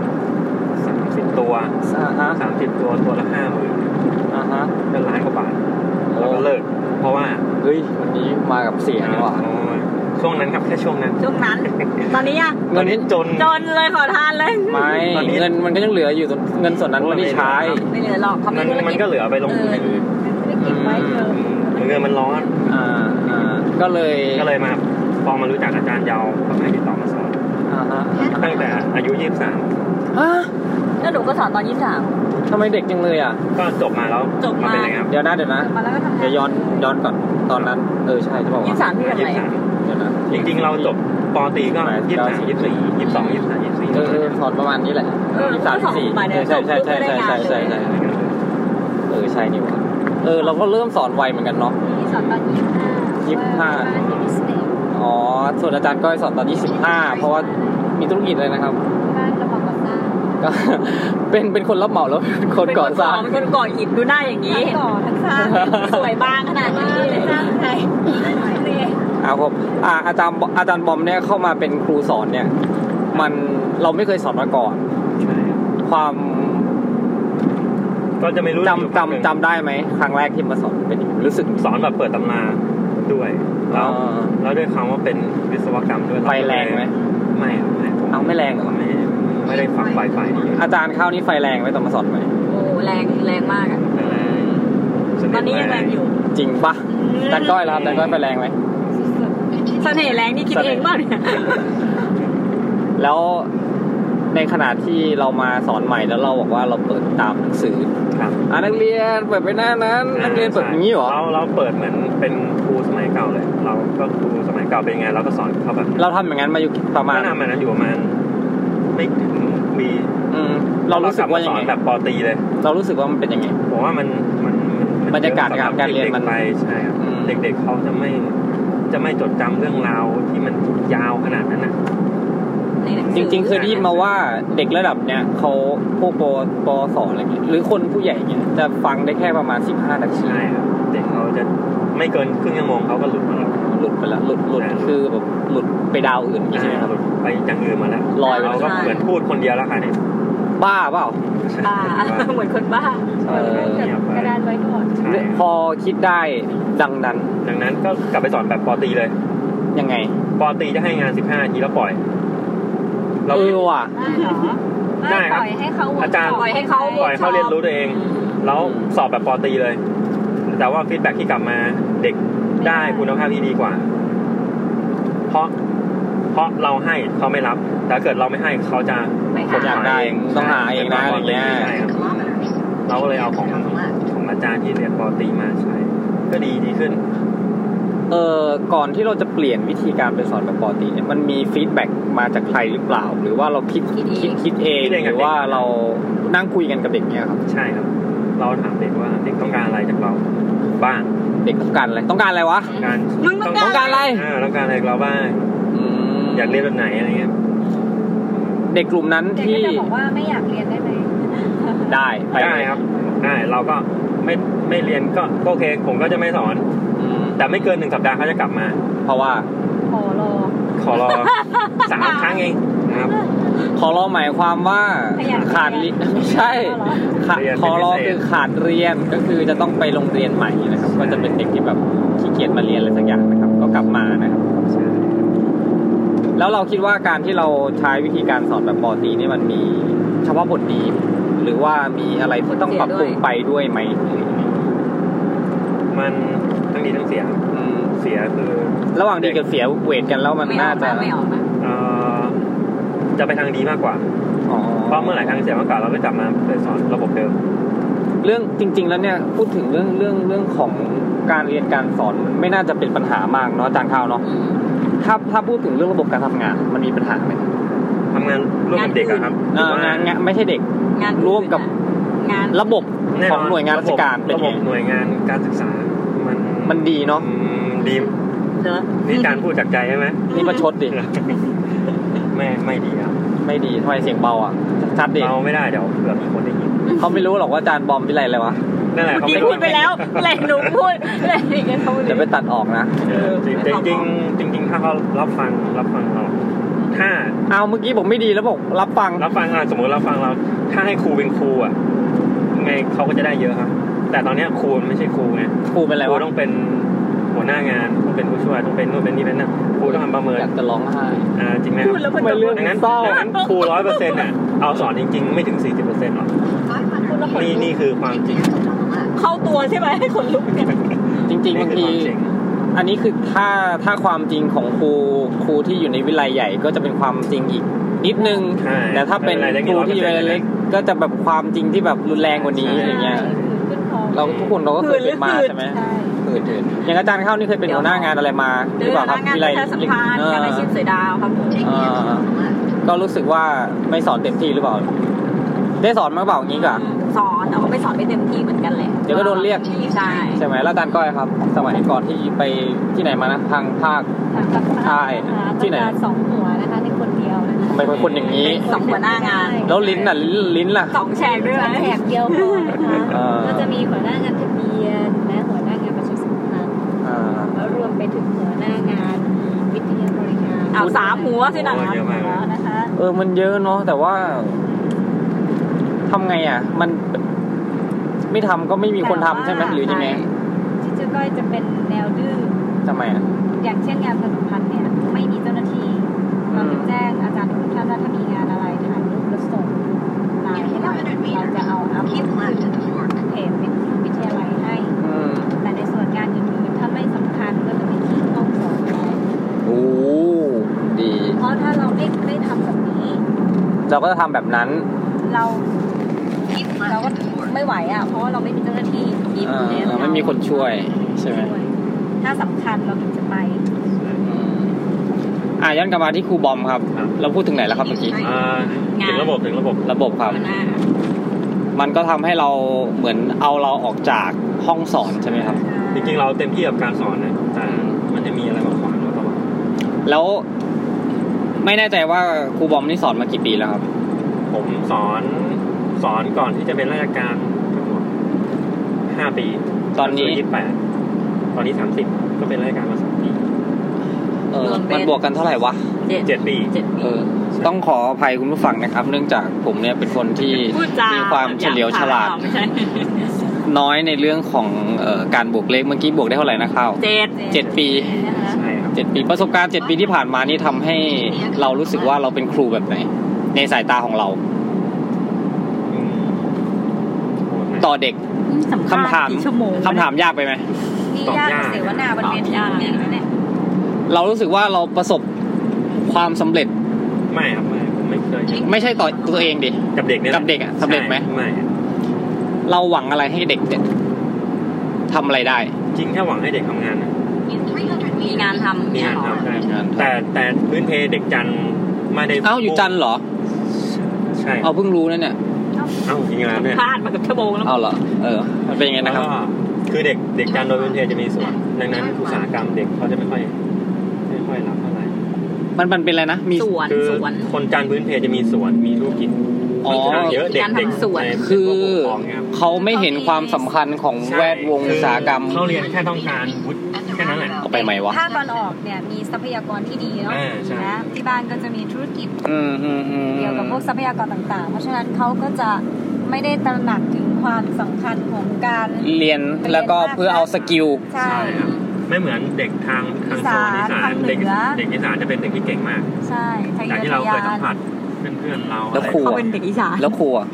[SPEAKER 3] สามสิบตัว
[SPEAKER 1] อ่าฮะ
[SPEAKER 3] สามสิบตัวตัวละห้าหมื่น
[SPEAKER 1] อ่า ฮะ
[SPEAKER 3] เป็นล้านกว่าบาทแล้วก็เลิก เพราะว่า
[SPEAKER 1] เฮ้ยวันนี้มากับเสียงนี่หว่า
[SPEAKER 3] โอ้ยช่วงนั้นครับแค่ช่วงนั้น
[SPEAKER 2] ช่วงนั้น ตอนนี้ยัง
[SPEAKER 3] ตอนนี้จน
[SPEAKER 2] จนเลยขอทานเลย
[SPEAKER 1] ไม่
[SPEAKER 3] ตอนนี้
[SPEAKER 1] เงินมันก็ยังเหลืออยู่ส่วนเงินส่วนนั้นไม่ได้ใช้
[SPEAKER 2] ไม่เหลือหรอกเขา
[SPEAKER 3] มั
[SPEAKER 2] ไม่
[SPEAKER 3] น
[SPEAKER 2] ธุร
[SPEAKER 3] มัน
[SPEAKER 2] กิจ
[SPEAKER 3] ก็เหลือไปลงทุนอย่างอื่น
[SPEAKER 4] ไม่เก็บไว้เธอ
[SPEAKER 3] เงินมันร้อน
[SPEAKER 1] อ่าอ่าก็เลย
[SPEAKER 3] ก็เลยมาพอมารู้จักอาจารย์ยาวก็ให้ติดต่อมาสอน
[SPEAKER 1] อ่าฮะ
[SPEAKER 3] ตั้งแต่อายุยี่สิบสาม
[SPEAKER 1] ฮะ
[SPEAKER 2] แล้วหนูก็สอนตอนยี่สิบสาม
[SPEAKER 1] ทำไมเด็กจังเลยอ่ะ
[SPEAKER 3] ก็จบมาแล้ว
[SPEAKER 2] จบมา
[SPEAKER 3] เป็นยังไงครับ
[SPEAKER 1] เดี๋ยวนะเดี๋ยวนะ
[SPEAKER 4] มาแล้วก็ทำงาน
[SPEAKER 1] เดี๋ยวย้อนย้อนก่อนตอนนั้น เออใช่จะบอก
[SPEAKER 2] ยี่
[SPEAKER 1] ว่า
[SPEAKER 2] สิบสามพี่ทำ
[SPEAKER 3] ยี่
[SPEAKER 2] อะ
[SPEAKER 3] สิ
[SPEAKER 2] ไร
[SPEAKER 3] บสาม
[SPEAKER 1] เดี๋ยวนะ
[SPEAKER 3] จริงๆ เราจบปอตรีก็
[SPEAKER 1] แปด
[SPEAKER 3] ยี่สิบ
[SPEAKER 1] เก้า
[SPEAKER 3] สาม
[SPEAKER 1] สิบ
[SPEAKER 3] ยี่สิบสี่ยี่สิบสองยี่สิบสามยี่สิบสี่
[SPEAKER 1] เออเออสอนประมาณนี้แหละ
[SPEAKER 2] เออ
[SPEAKER 1] ยี่สิบสาม
[SPEAKER 2] ก็
[SPEAKER 1] ยี่สิบ
[SPEAKER 2] สอน
[SPEAKER 1] สี่
[SPEAKER 2] ไปเดี๋ยว
[SPEAKER 1] ใช่ใช่ใช่ใช่ใช่ใช่
[SPEAKER 2] จบปุ๊บก็
[SPEAKER 1] ใช่
[SPEAKER 2] ได้งานเลย
[SPEAKER 1] เออใช่นี่หว่าเออเราก็เริ่มสอนไวเหมือนกันเนาะ
[SPEAKER 4] ที่สอนตอนยี่สิบห้า
[SPEAKER 1] ยี่สิบห้า
[SPEAKER 4] ว่าเป็นบ้านที่มีสเตป
[SPEAKER 1] อ๋อส่วนอาจารย์ก้อยสอนตอนยี่สิบห้าเพราะว่ามีธุรกิจเลยนะครับ
[SPEAKER 4] บ้านระบบก่อสร้าง
[SPEAKER 1] ก็ เป็นเป็นคนรับเหมาแล้ว เป็นคนก่อสร้าง
[SPEAKER 2] เป็นคนก่ออิฐดูหน้าอย่างนี้
[SPEAKER 4] ทั้งก่อทั้งสร้าง
[SPEAKER 2] สวยบ้างขนาดนี้
[SPEAKER 4] สร้างไทยเรียน
[SPEAKER 1] เอาครับอ่าอาจารย์บออาจารย์บอมเนี่ยเข้ามาเป็นครูสอนเนี่ย มันเราไม่เคยสอนมาก่อน
[SPEAKER 3] ใช่ครับ
[SPEAKER 1] ความ
[SPEAKER 3] ก็จะไม่รู้อยู่
[SPEAKER 1] จำ
[SPEAKER 3] พักหนึ่ง
[SPEAKER 1] จำจำได้ไหมครั้งแรกที่มาสอนเป็นยังไงรู้สึก
[SPEAKER 3] สอนแบบเปิดตำราด้วย แล้ว
[SPEAKER 1] เออ
[SPEAKER 3] แล้วด้วยคำว่าเป็นวิศวกรรมด้วย
[SPEAKER 1] ไฟแรงไหม
[SPEAKER 3] ไม่ครับไม่ผม
[SPEAKER 1] เอาไม่แรงเหรอ
[SPEAKER 3] ไม่ไม่ได้ฝักไฟไฟนี้อยู่
[SPEAKER 1] อาจารย์ข้าวนี้ไฟแรงไหมตอนมาสอนไหม
[SPEAKER 2] โอ้แรงแรงมากอะ
[SPEAKER 3] แรงส
[SPEAKER 2] ต
[SPEAKER 3] ท
[SPEAKER 2] อนนี้ยังแรงอยู่
[SPEAKER 1] จริงปะอาจารย์ก้อยล่ะครับอาจารย์ก้อยไฟแรงไหม
[SPEAKER 2] เสน่ห์แรงนี่คิดเองเปล่าเนี่ย
[SPEAKER 1] แล้วในขณะที่เรามาสอนใหม่แล้วเราบอกว่าเราเปิดตามหนังสือ
[SPEAKER 3] ครับ
[SPEAKER 1] อ่านักเรียนเปิดไปหน้านั้น นักเรียนเปิดอย่างนี้เหรอ
[SPEAKER 3] เราเราเปิดเหมือนเป็นครูสมัยเก่าเลย เราก็ครูสมัยเก่าเป็นไงเราก็สอนเขาแบบนั้น
[SPEAKER 1] เราทำอย่างนั้นมาอยู่ประมาณ
[SPEAKER 3] แนะนำมันนั้นอยู่ประมาณไม่ถึงปี
[SPEAKER 1] อืมเรารู้สึกว่า
[SPEAKER 3] เร
[SPEAKER 1] ยั
[SPEAKER 3] ส
[SPEAKER 1] ง
[SPEAKER 3] อน
[SPEAKER 1] ไง
[SPEAKER 3] แบบปอตรีเลย
[SPEAKER 1] เรารู้สึกว่ามันเป็นยังไง
[SPEAKER 3] ผมว่ามันมันมันมัน
[SPEAKER 1] บรรยากาศการการเรียน
[SPEAKER 3] ด็ๆ
[SPEAKER 1] มัน
[SPEAKER 3] ไปใช่ครับ
[SPEAKER 1] อืม
[SPEAKER 3] เด็ก ๆเขาจะไม่จะไม่จดจำเรื่องราวที่มันยาวขนาดนั้นอ่ะ
[SPEAKER 2] ในหนัสือ
[SPEAKER 1] จริง ๆ เคยได้ยินมาว่าเด็กระดับเนี้ยเขาพวกปปสอะไรเงี้ยหรือคนผู้ใหญ่เงี้ยจะฟังได้แค่ประมาณ 15 นาที
[SPEAKER 3] ใช่ครับเด็กเขาจะไม่เกินครึ่งชั่วโมงเขาก็หลุดมาแล้ว
[SPEAKER 1] หลุดไปแล้วหลุดหลุดคือแบบหลุดไปดาวอื่นอย่างงี้ใช่ไหมครับ
[SPEAKER 3] หลุดไปอย่างอื่นมาแล้ว
[SPEAKER 1] ลอยไป
[SPEAKER 3] เราก็เหมือนพูดคนเดียวแล้วค่ะเนี่ย
[SPEAKER 1] บ้าเปล่า
[SPEAKER 3] ใช่
[SPEAKER 2] บ้าเหมือนคนบ้า
[SPEAKER 3] ใช่ครับเงียบไป
[SPEAKER 4] กระดานไว้ก่อน
[SPEAKER 3] ใช่ครับ
[SPEAKER 1] พอคิดได้ดังนั้น
[SPEAKER 3] ดังนั้นก็กลับไปสอนแบบปอตรีเลย
[SPEAKER 1] ยังไง
[SPEAKER 3] ปอตรีจะให้งาน 15นาทีแล้วปล่อย เรา
[SPEAKER 1] เออว่ะ
[SPEAKER 4] ได้เหรอ
[SPEAKER 3] ได้ครั
[SPEAKER 4] ไม่
[SPEAKER 3] บ
[SPEAKER 4] ปล่อยให้เขา
[SPEAKER 3] อาจารย์
[SPEAKER 2] ปล่อยให้เขา
[SPEAKER 3] ปล่อยให้เขาเรียนรู้ตัวเอง แล้วสอบแบบปอตรีเลย แต่ว่าฟีดแบ็กที่กลับมาเด็กได้คุณภาพที่ดีกว่า เพราะ เพราะเราให้เขาไม่รับ แต่ถ้าเกิดเราไม่ให้เขาจะ
[SPEAKER 4] ไม่
[SPEAKER 1] ผม
[SPEAKER 4] หา
[SPEAKER 1] อยากได้ต้องหาเองนะอะไรเงี้ย
[SPEAKER 3] ใช่ครับเราก็เลยเอาของของอาจารย์ที่เรียนปอตรีมาใช้ ก็ดีดีขึ้น
[SPEAKER 1] เออก่อนที่เราจะเปลี่ยนวิธีการไปสอนแบบปกติเนี่ยมันมีฟีดแบ็กมาจากใครหรือเปล่า หรือว่าเราคิด
[SPEAKER 2] คิดเอง
[SPEAKER 1] คิดคิดเอง
[SPEAKER 3] คิดเอง
[SPEAKER 1] ห
[SPEAKER 3] กับ
[SPEAKER 1] รือว่า
[SPEAKER 3] เด็ก
[SPEAKER 1] เรานั่งคุยกันกับเด็กเนี่ยครับ
[SPEAKER 3] ใช่ครับ เราถามเด็กว่าเด็กต้องการอะไรจากเราบ้าง
[SPEAKER 1] เด็กต้องการอะไรต้องการอะไรวะ
[SPEAKER 3] การ
[SPEAKER 2] มึงต้องการ
[SPEAKER 1] ต้องการอะไร
[SPEAKER 3] เอต้องการอะไรกับเราบ้าง
[SPEAKER 1] อืม
[SPEAKER 3] อยากเรียนแบบไหนอะไรเงี้ย
[SPEAKER 1] เด็กกลุ่มนั้น
[SPEAKER 4] เด็กก็
[SPEAKER 1] ที่
[SPEAKER 4] จะบอกว่าไม่อยากเรียนได้ไหม
[SPEAKER 1] ได้ไป
[SPEAKER 3] ได้ครับได้เราก็ไม่ไม่เรียนก็ก็โอเค ผมก็จะไม่สอน
[SPEAKER 1] อืม
[SPEAKER 3] แต่ไม่เกินหนึ่งสัปดาห์เขาจะกลับมา
[SPEAKER 1] เพราะว่า
[SPEAKER 4] โหโล
[SPEAKER 3] ข อรอ สามครั้งเองนะครับ
[SPEAKER 1] ขอรอหมายความว่า
[SPEAKER 4] ขยัน
[SPEAKER 1] ขาดลิไม่ใช่ขาด
[SPEAKER 3] เรียน
[SPEAKER 1] ข
[SPEAKER 3] เป็น
[SPEAKER 1] อรอ
[SPEAKER 3] พิเศษ
[SPEAKER 1] คือขาดเรียนก็คือจะต้องไปโรงเรียนใหม่นะครับ ก็จะเป็นเด็กที่แบบขี้เกียจมาเรียนอะไรสักอย่างนะครับ ก็กลับมานะครับ
[SPEAKER 3] ใช่
[SPEAKER 1] แล้วเราคิดว่าการที่เราใช้วิธีการสอนแบบปอตรีเนี่ยมันมีเฉพาะบทดี หรือว่ามีอะไรที่ต้องปรับปรุงไปด้วยไหม
[SPEAKER 3] มันทั้งดีทั้งเสียครับ
[SPEAKER 1] อืม
[SPEAKER 3] เสียคือ
[SPEAKER 1] ระหว่างดีกับเสียเวทกันแล้วมัน
[SPEAKER 2] ไม่อ
[SPEAKER 1] น่า
[SPEAKER 2] อก
[SPEAKER 1] จะ
[SPEAKER 2] นะไม่ออกนะ
[SPEAKER 3] เอ่อจะไปทางดีมากกว่า
[SPEAKER 1] อ๋อ
[SPEAKER 3] เพราะเมื่อไหร่ทางเสียมากกว่าเราก็กลับมาไปสอนระบบเดิม
[SPEAKER 1] เรื่องจริง ๆ แล้วเนี่ยพูดถึงเรื่องเรื่องเรื่องของการเรียนการสอนมันไม่น่าจะเป็นปัญหามากเนาะอาจารย์ข้าวเนาะ
[SPEAKER 2] อืม
[SPEAKER 1] ถ้าถ้าพูดถึงเรื่องระบบการทำงาน มันมีปัญหาไหม
[SPEAKER 3] ทำงานร่วมกับเด็กอะครับ
[SPEAKER 1] เอ่องานงานไม่ใช่เด็ก
[SPEAKER 2] งาน
[SPEAKER 1] ร่วมกับ
[SPEAKER 2] งาน
[SPEAKER 1] ระบบ
[SPEAKER 3] แ
[SPEAKER 1] ของหน่วยงานราชการเป็น
[SPEAKER 3] ระบ
[SPEAKER 1] ไง
[SPEAKER 3] บหน่วยงานการศึกษา มัน
[SPEAKER 1] มันดีเนาะ
[SPEAKER 3] อืมดี
[SPEAKER 2] เนอะ
[SPEAKER 3] นี่การพูดจากใจใช่ ไหม
[SPEAKER 1] นี่ประชดดิ
[SPEAKER 3] ไม่ไม่ดีครับ
[SPEAKER 1] ไม่ดีทำไมเสียงเบาอ่ะชัดดิ
[SPEAKER 3] เราไม่ได้เดี๋ยวเผื่อมีคนได้ยิน
[SPEAKER 1] เขาไม่รู้หรอกว่าอาจารย์บอมวิไลอะไรวะ
[SPEAKER 3] นั่นแหละ
[SPEAKER 2] เมื่อ
[SPEAKER 3] เขา
[SPEAKER 2] กี้พู
[SPEAKER 3] ไม่
[SPEAKER 2] ดไปแล้วอะไรหนูพูดอะไรอย่างเงี้ยเขา
[SPEAKER 1] เดี๋ยวไปตัดออกนะ
[SPEAKER 3] จริงจริงจริงจริง ๆ ถ้าเขารับฟังรับฟังเรา ถ้า
[SPEAKER 1] เอาเมื่อกี้ผมไม่ดีแล้วบอกรับฟัง
[SPEAKER 3] รับฟังอ่ะสมมติรับฟังเรา ถ้าให้ครูเป็นครูอ่ะไงเขาก็จะได้เยอะครับ แต่ตอนเนี้ยครูมันไม่ใช่ครูไง
[SPEAKER 1] ครูเป็นอะไร
[SPEAKER 3] ครู
[SPEAKER 1] วะ
[SPEAKER 3] ต้องเป็นหัวหน้างานต้องเป็นผู้ช่วยต้องเป็นนู่นเป็นนี่เป็นนั่นครูต้องทำประเมิน
[SPEAKER 1] อยากจะร้องไห้
[SPEAKER 3] อ่าจริงไหมครับ
[SPEAKER 1] พูดแล้วมันจะเรื่อง
[SPEAKER 3] ดังนั้น
[SPEAKER 1] เศร้า
[SPEAKER 3] ดังนั้นครูร้อยเปอร์เซ็นต์อ่ะเอาสอนจริง ๆ ไม่ถึงสี่สิบเปอร์เซ็นต์หรอกนี่นี่คือความจริง
[SPEAKER 2] เข้าตัวใช่ไหมให้คนลุกเนี่ย
[SPEAKER 1] จริงๆ
[SPEAKER 3] นี่
[SPEAKER 1] บาง
[SPEAKER 3] คือ
[SPEAKER 1] ที
[SPEAKER 3] ความจริง
[SPEAKER 1] อันนี้คือถ้าถ้าความจริงของครูครูที่อยู่ในวิไลใหญ่ก็จะเป็นความจริงอีกนิดนึง
[SPEAKER 3] ใช่
[SPEAKER 1] แต่ถ้าเป็น
[SPEAKER 3] ไม่อะไรเล็ก
[SPEAKER 1] ครูที่อยู่ในเล็กก็จะแบบความจริงที่แบบรุนแรงกว่านี้อย่างเงี้ย
[SPEAKER 4] ขึ้นคอ
[SPEAKER 1] เราทุกคนเราก็เคยเป็นมาใช่ไหม
[SPEAKER 4] ใช่
[SPEAKER 1] คืนอย่างอาจารย์เข้านี่เคยเป็นหัวหน้างานอะไรมาห
[SPEAKER 2] หรื
[SPEAKER 1] รือ
[SPEAKER 2] อ
[SPEAKER 1] เปล่าครับ
[SPEAKER 2] พนักงาน
[SPEAKER 1] วิ
[SPEAKER 2] ป
[SPEAKER 1] ไล
[SPEAKER 2] ระชาสัมพันธ์
[SPEAKER 1] เออ
[SPEAKER 2] การอาชีพเสือดาวครับผม
[SPEAKER 1] เออก็รู้สึกว่าไม่สอนเต็มที่หรือเปล่า ได้สอนมางเปล่าอย่างนี้ก่ะ
[SPEAKER 2] สอนแต่ว่าไม่สอนไม่เต็มที่เหมือนกันแหละ
[SPEAKER 1] เดี๋ยวก็โดนเรียก
[SPEAKER 2] ใช่
[SPEAKER 1] ใช่ไหมแล้วอาจารย์ก้อยครับ สมัยก่อนที่ไปที่ไหนมานะทางภาค
[SPEAKER 4] ทางภาค
[SPEAKER 1] ใช่
[SPEAKER 4] ใต้
[SPEAKER 1] ที่ไหน
[SPEAKER 4] สองหัวนะคะในคนเดียวนะคะ
[SPEAKER 1] ทำไมเป็นคนอย่างนี้
[SPEAKER 2] เป็นสองหัวหน้างาน
[SPEAKER 1] แล้วลิ้นน่ะลิ้นลิ้นล่ะ
[SPEAKER 2] สองแฉกด้วย
[SPEAKER 4] ส
[SPEAKER 2] ไหม
[SPEAKER 4] องแถบเดียวพอนะคะ
[SPEAKER 1] เออ
[SPEAKER 4] ก็จะมีหัวหน้างานทะเบียนและหัวหน้างานประชาสัมพันธ์
[SPEAKER 1] อ่า
[SPEAKER 4] แล้วรวมไปถึงหัวหน้างานวิทยาบริการ
[SPEAKER 2] เอาสามหัวสินะ
[SPEAKER 4] สามหัวนะคะ
[SPEAKER 1] เออมันเยอะเนาะแต่ว่าทำไงอ่ะ มันไม่ทำก็ไม่มีคนทำใช่ไหมหรือยังไง
[SPEAKER 4] ที่เจ้าก้อยจะเป็นแนวดื้อ
[SPEAKER 1] ทำไมอ่ะ
[SPEAKER 4] อย่างเช่นงานประชาสัมพันธ์เนี่ยไม่มีเจ้าหน้าที่เราจะแจ้งอาจารย์ทุกท่านว่าถ้ามีงานอะไรถ่ายรูปแล้วส่งไลน์ให้เราเราจะเอาอัพขึ้นเพจเป็นวิทยาลัยให้
[SPEAKER 1] อืม
[SPEAKER 4] แต่ในส่วนงานอื่นๆถ้าไม่สำคัญก็จะเป็นที่ต้องสอนแทน
[SPEAKER 1] โอ้ดี
[SPEAKER 4] เพราะถ้าเราไม่ได้ทำแบบนี้
[SPEAKER 1] เราก็จะทำแบบนั้น
[SPEAKER 4] เราเราก็ไม่ไหวอ่ะเพราะว่าเราไม่มีเจ้าหน้าที่
[SPEAKER 2] ยิ้ม
[SPEAKER 1] เอ
[SPEAKER 2] เนี่ย
[SPEAKER 1] อไม่มีคนช่วยใช่ไหม
[SPEAKER 4] ช่วยถ้าสำคัญเราถึงจะไป
[SPEAKER 1] อืมอ่ะย้อนกลับมาที่ครูบอมครับ เราพูดถึงไหนแล้วครับเมื่อกี้
[SPEAKER 3] อ่าถึงระบบถึงระบบ
[SPEAKER 1] ระบบครับ
[SPEAKER 2] หัวหน้า
[SPEAKER 1] มันก็ทำให้เราเหมือนเอาเราออกจากห้องสอนใช่ไหมครับ
[SPEAKER 3] จริงๆเราเต็มที่กับการสอนนะแต่มันจะมีอะไรมาขวางเราตลอด
[SPEAKER 1] แล้วไม่แน่ใจว่าครูบอมนี่สอนมากี่ปีแล้วครับ
[SPEAKER 3] ผมสอนสอนก่อนที่จะเป็นราชการทั้งหมดห้าปี
[SPEAKER 1] ตอนนี้
[SPEAKER 3] ยี่สิบแปดตอนนี้สามสิบก็เป็นราชการมาสองปี
[SPEAKER 1] เออ
[SPEAKER 2] รวมเป็น
[SPEAKER 1] มันบวกกันเท่าไหร่วะ
[SPEAKER 3] เจ็ดปี
[SPEAKER 2] เจ็ด
[SPEAKER 1] เอ
[SPEAKER 2] ปี
[SPEAKER 1] อ ต้องขออภัยคุณผู้ฟังนะครับ เนื่องจากผมเนี่ยเป็นคนที่
[SPEAKER 2] พูดจา
[SPEAKER 1] มี
[SPEAKER 2] มี
[SPEAKER 1] ความเฉลียวฉลาด
[SPEAKER 2] ไม่ใช่
[SPEAKER 1] น้อยในเรื่องของเอ่อการบวกเลขเมื่อกี้บวกได้เท่าไหร่นะข้าว
[SPEAKER 2] เจ็ด
[SPEAKER 1] เจ็ดปี
[SPEAKER 4] นะคะ
[SPEAKER 3] ใช่ครับ
[SPEAKER 1] เจ็ดปีประสบการณ์เจ็ดปีที่ผ่านมานี่ทำให้เรารู้สึกว่าเราเป็นครูแบบไหน ในสายตาของเรา
[SPEAKER 3] อืมโหดไหม
[SPEAKER 1] ต่อเด็ก
[SPEAKER 2] สัมภ
[SPEAKER 1] คำถา
[SPEAKER 2] าษ
[SPEAKER 1] ม
[SPEAKER 2] ณ์กี่ชั่วโมง
[SPEAKER 1] คำถามยากไปไหม
[SPEAKER 4] นี่ยากเสวนาบนเวทีเนี่ยนะเนี่ย
[SPEAKER 1] เรารู้สึกว่าเราประสบความสำเร็จ
[SPEAKER 3] ไม่ครับไม่ผมไม่เคย
[SPEAKER 1] ไม่ใช่ต่อตัวเองดิ
[SPEAKER 3] กับเด็กเนี่ย
[SPEAKER 1] กับเด็กอะสำเร็จไหม
[SPEAKER 3] ใช่ไม่
[SPEAKER 1] เราหวังอะไรให้เด็กเนี่ยทำอะไรได้
[SPEAKER 3] จริงแค่หวังให้เด็กทำงานนะ
[SPEAKER 2] มีงานทำ
[SPEAKER 3] มี
[SPEAKER 2] เนี่ย
[SPEAKER 3] งาน
[SPEAKER 2] เหรอ
[SPEAKER 3] ทำใช่แต่แต่พื้นเพเด็กจันทร์ไม่ได้
[SPEAKER 1] เอ้าอยู่จันทร์เหรอ
[SPEAKER 3] ใช่
[SPEAKER 1] เอาเพิ่งรู้นะเนี่ย
[SPEAKER 3] เอ้าจริงแล้วเนี่ย
[SPEAKER 2] พลาดมากับชั่วโมงแล้ว
[SPEAKER 1] เอาเหรอเออมันเป็นยังไงนะครับ
[SPEAKER 3] แล้วก็คือเด็กเด็กการโดยพื้นเพจะมีส่วน ดังนั้นอุตสาหกรรมเด็กเขาจะไม่ค่อยไม่ค่อยรับเท่าไหร่
[SPEAKER 1] มันมันเป็นอะไรนะมี
[SPEAKER 2] สวน
[SPEAKER 3] คือ
[SPEAKER 2] สวน
[SPEAKER 3] คนจานพื้นเพจะมีสวน มีธุรกิจ
[SPEAKER 1] อ๋อ
[SPEAKER 3] มีทางเยอะเด็ก
[SPEAKER 2] การ
[SPEAKER 3] เด็ก
[SPEAKER 2] ทำสวน
[SPEAKER 3] ใน
[SPEAKER 1] คือ
[SPEAKER 3] พวกปกรองเนี่ย
[SPEAKER 1] เขาไม่เห็นความสำคัญของ
[SPEAKER 3] ใช่
[SPEAKER 1] แวดวงอุตสาหกรรม
[SPEAKER 3] คือเขาเรียนแค่ต้องการวุฒิแค่นั้นแหละ
[SPEAKER 1] เอาไปไหมวะ
[SPEAKER 4] ภาคตอนออกเนี่ยมีทรัพยากรที่ดีเนาะ
[SPEAKER 3] อ่าใช่
[SPEAKER 4] นะที่บ้านก็จะมีธุรกิจ
[SPEAKER 1] อืมอืมอืม
[SPEAKER 4] เกี่ยวกับพวกทรัพยากรต่างๆ เพราะฉะนั้นเขาก็จะไม่ได้ตระหนักถึงความสำคัญของการ
[SPEAKER 1] เรียนแล้วก็เพื่อเอาสกิล
[SPEAKER 4] ใช่
[SPEAKER 3] ใช่ครับไม่เหมือนเด็กทางทางโซนอีสานเด็กเด็กอีสานจะเป็นเด็กที่เก่งมาก
[SPEAKER 4] ใช่ทะ
[SPEAKER 3] จาก
[SPEAKER 4] ยาน
[SPEAKER 3] ที่
[SPEAKER 4] ทะ
[SPEAKER 3] เรา
[SPEAKER 4] ยา
[SPEAKER 3] เคยสัมผั
[SPEAKER 4] น
[SPEAKER 3] สเพื่อนๆเราอะ
[SPEAKER 1] แล้
[SPEAKER 3] ไร
[SPEAKER 1] วครู
[SPEAKER 2] เขา
[SPEAKER 1] อะ
[SPEAKER 2] เป็นเด็กอีสาน
[SPEAKER 1] แล้วครูอะ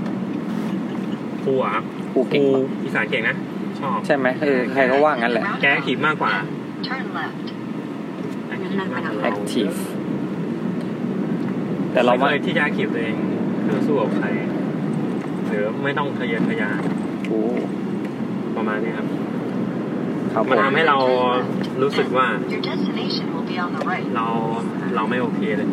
[SPEAKER 3] ครูอะครับ
[SPEAKER 1] ครู
[SPEAKER 3] ครู
[SPEAKER 1] เก่งปะ
[SPEAKER 3] อีสานเก่งนะ ชอบ
[SPEAKER 1] ใช่ไหมเออใครก็ว่างั้นแหละ
[SPEAKER 3] แกขีดมากกว่า active มากกว่าเรา
[SPEAKER 1] active แต่เรา
[SPEAKER 3] ไม่
[SPEAKER 1] ไม่
[SPEAKER 3] เคยที่จะขีดตัวเองเพื่อสู้กับใครหรือไม่ต้องทะเยอทะยาน
[SPEAKER 1] ครู
[SPEAKER 3] ประมาณนี้ครับ
[SPEAKER 1] ครับผ
[SPEAKER 3] มัน
[SPEAKER 1] ม
[SPEAKER 3] ทำให้เรารู้สึกว่า เราเราไม่โอเคเลย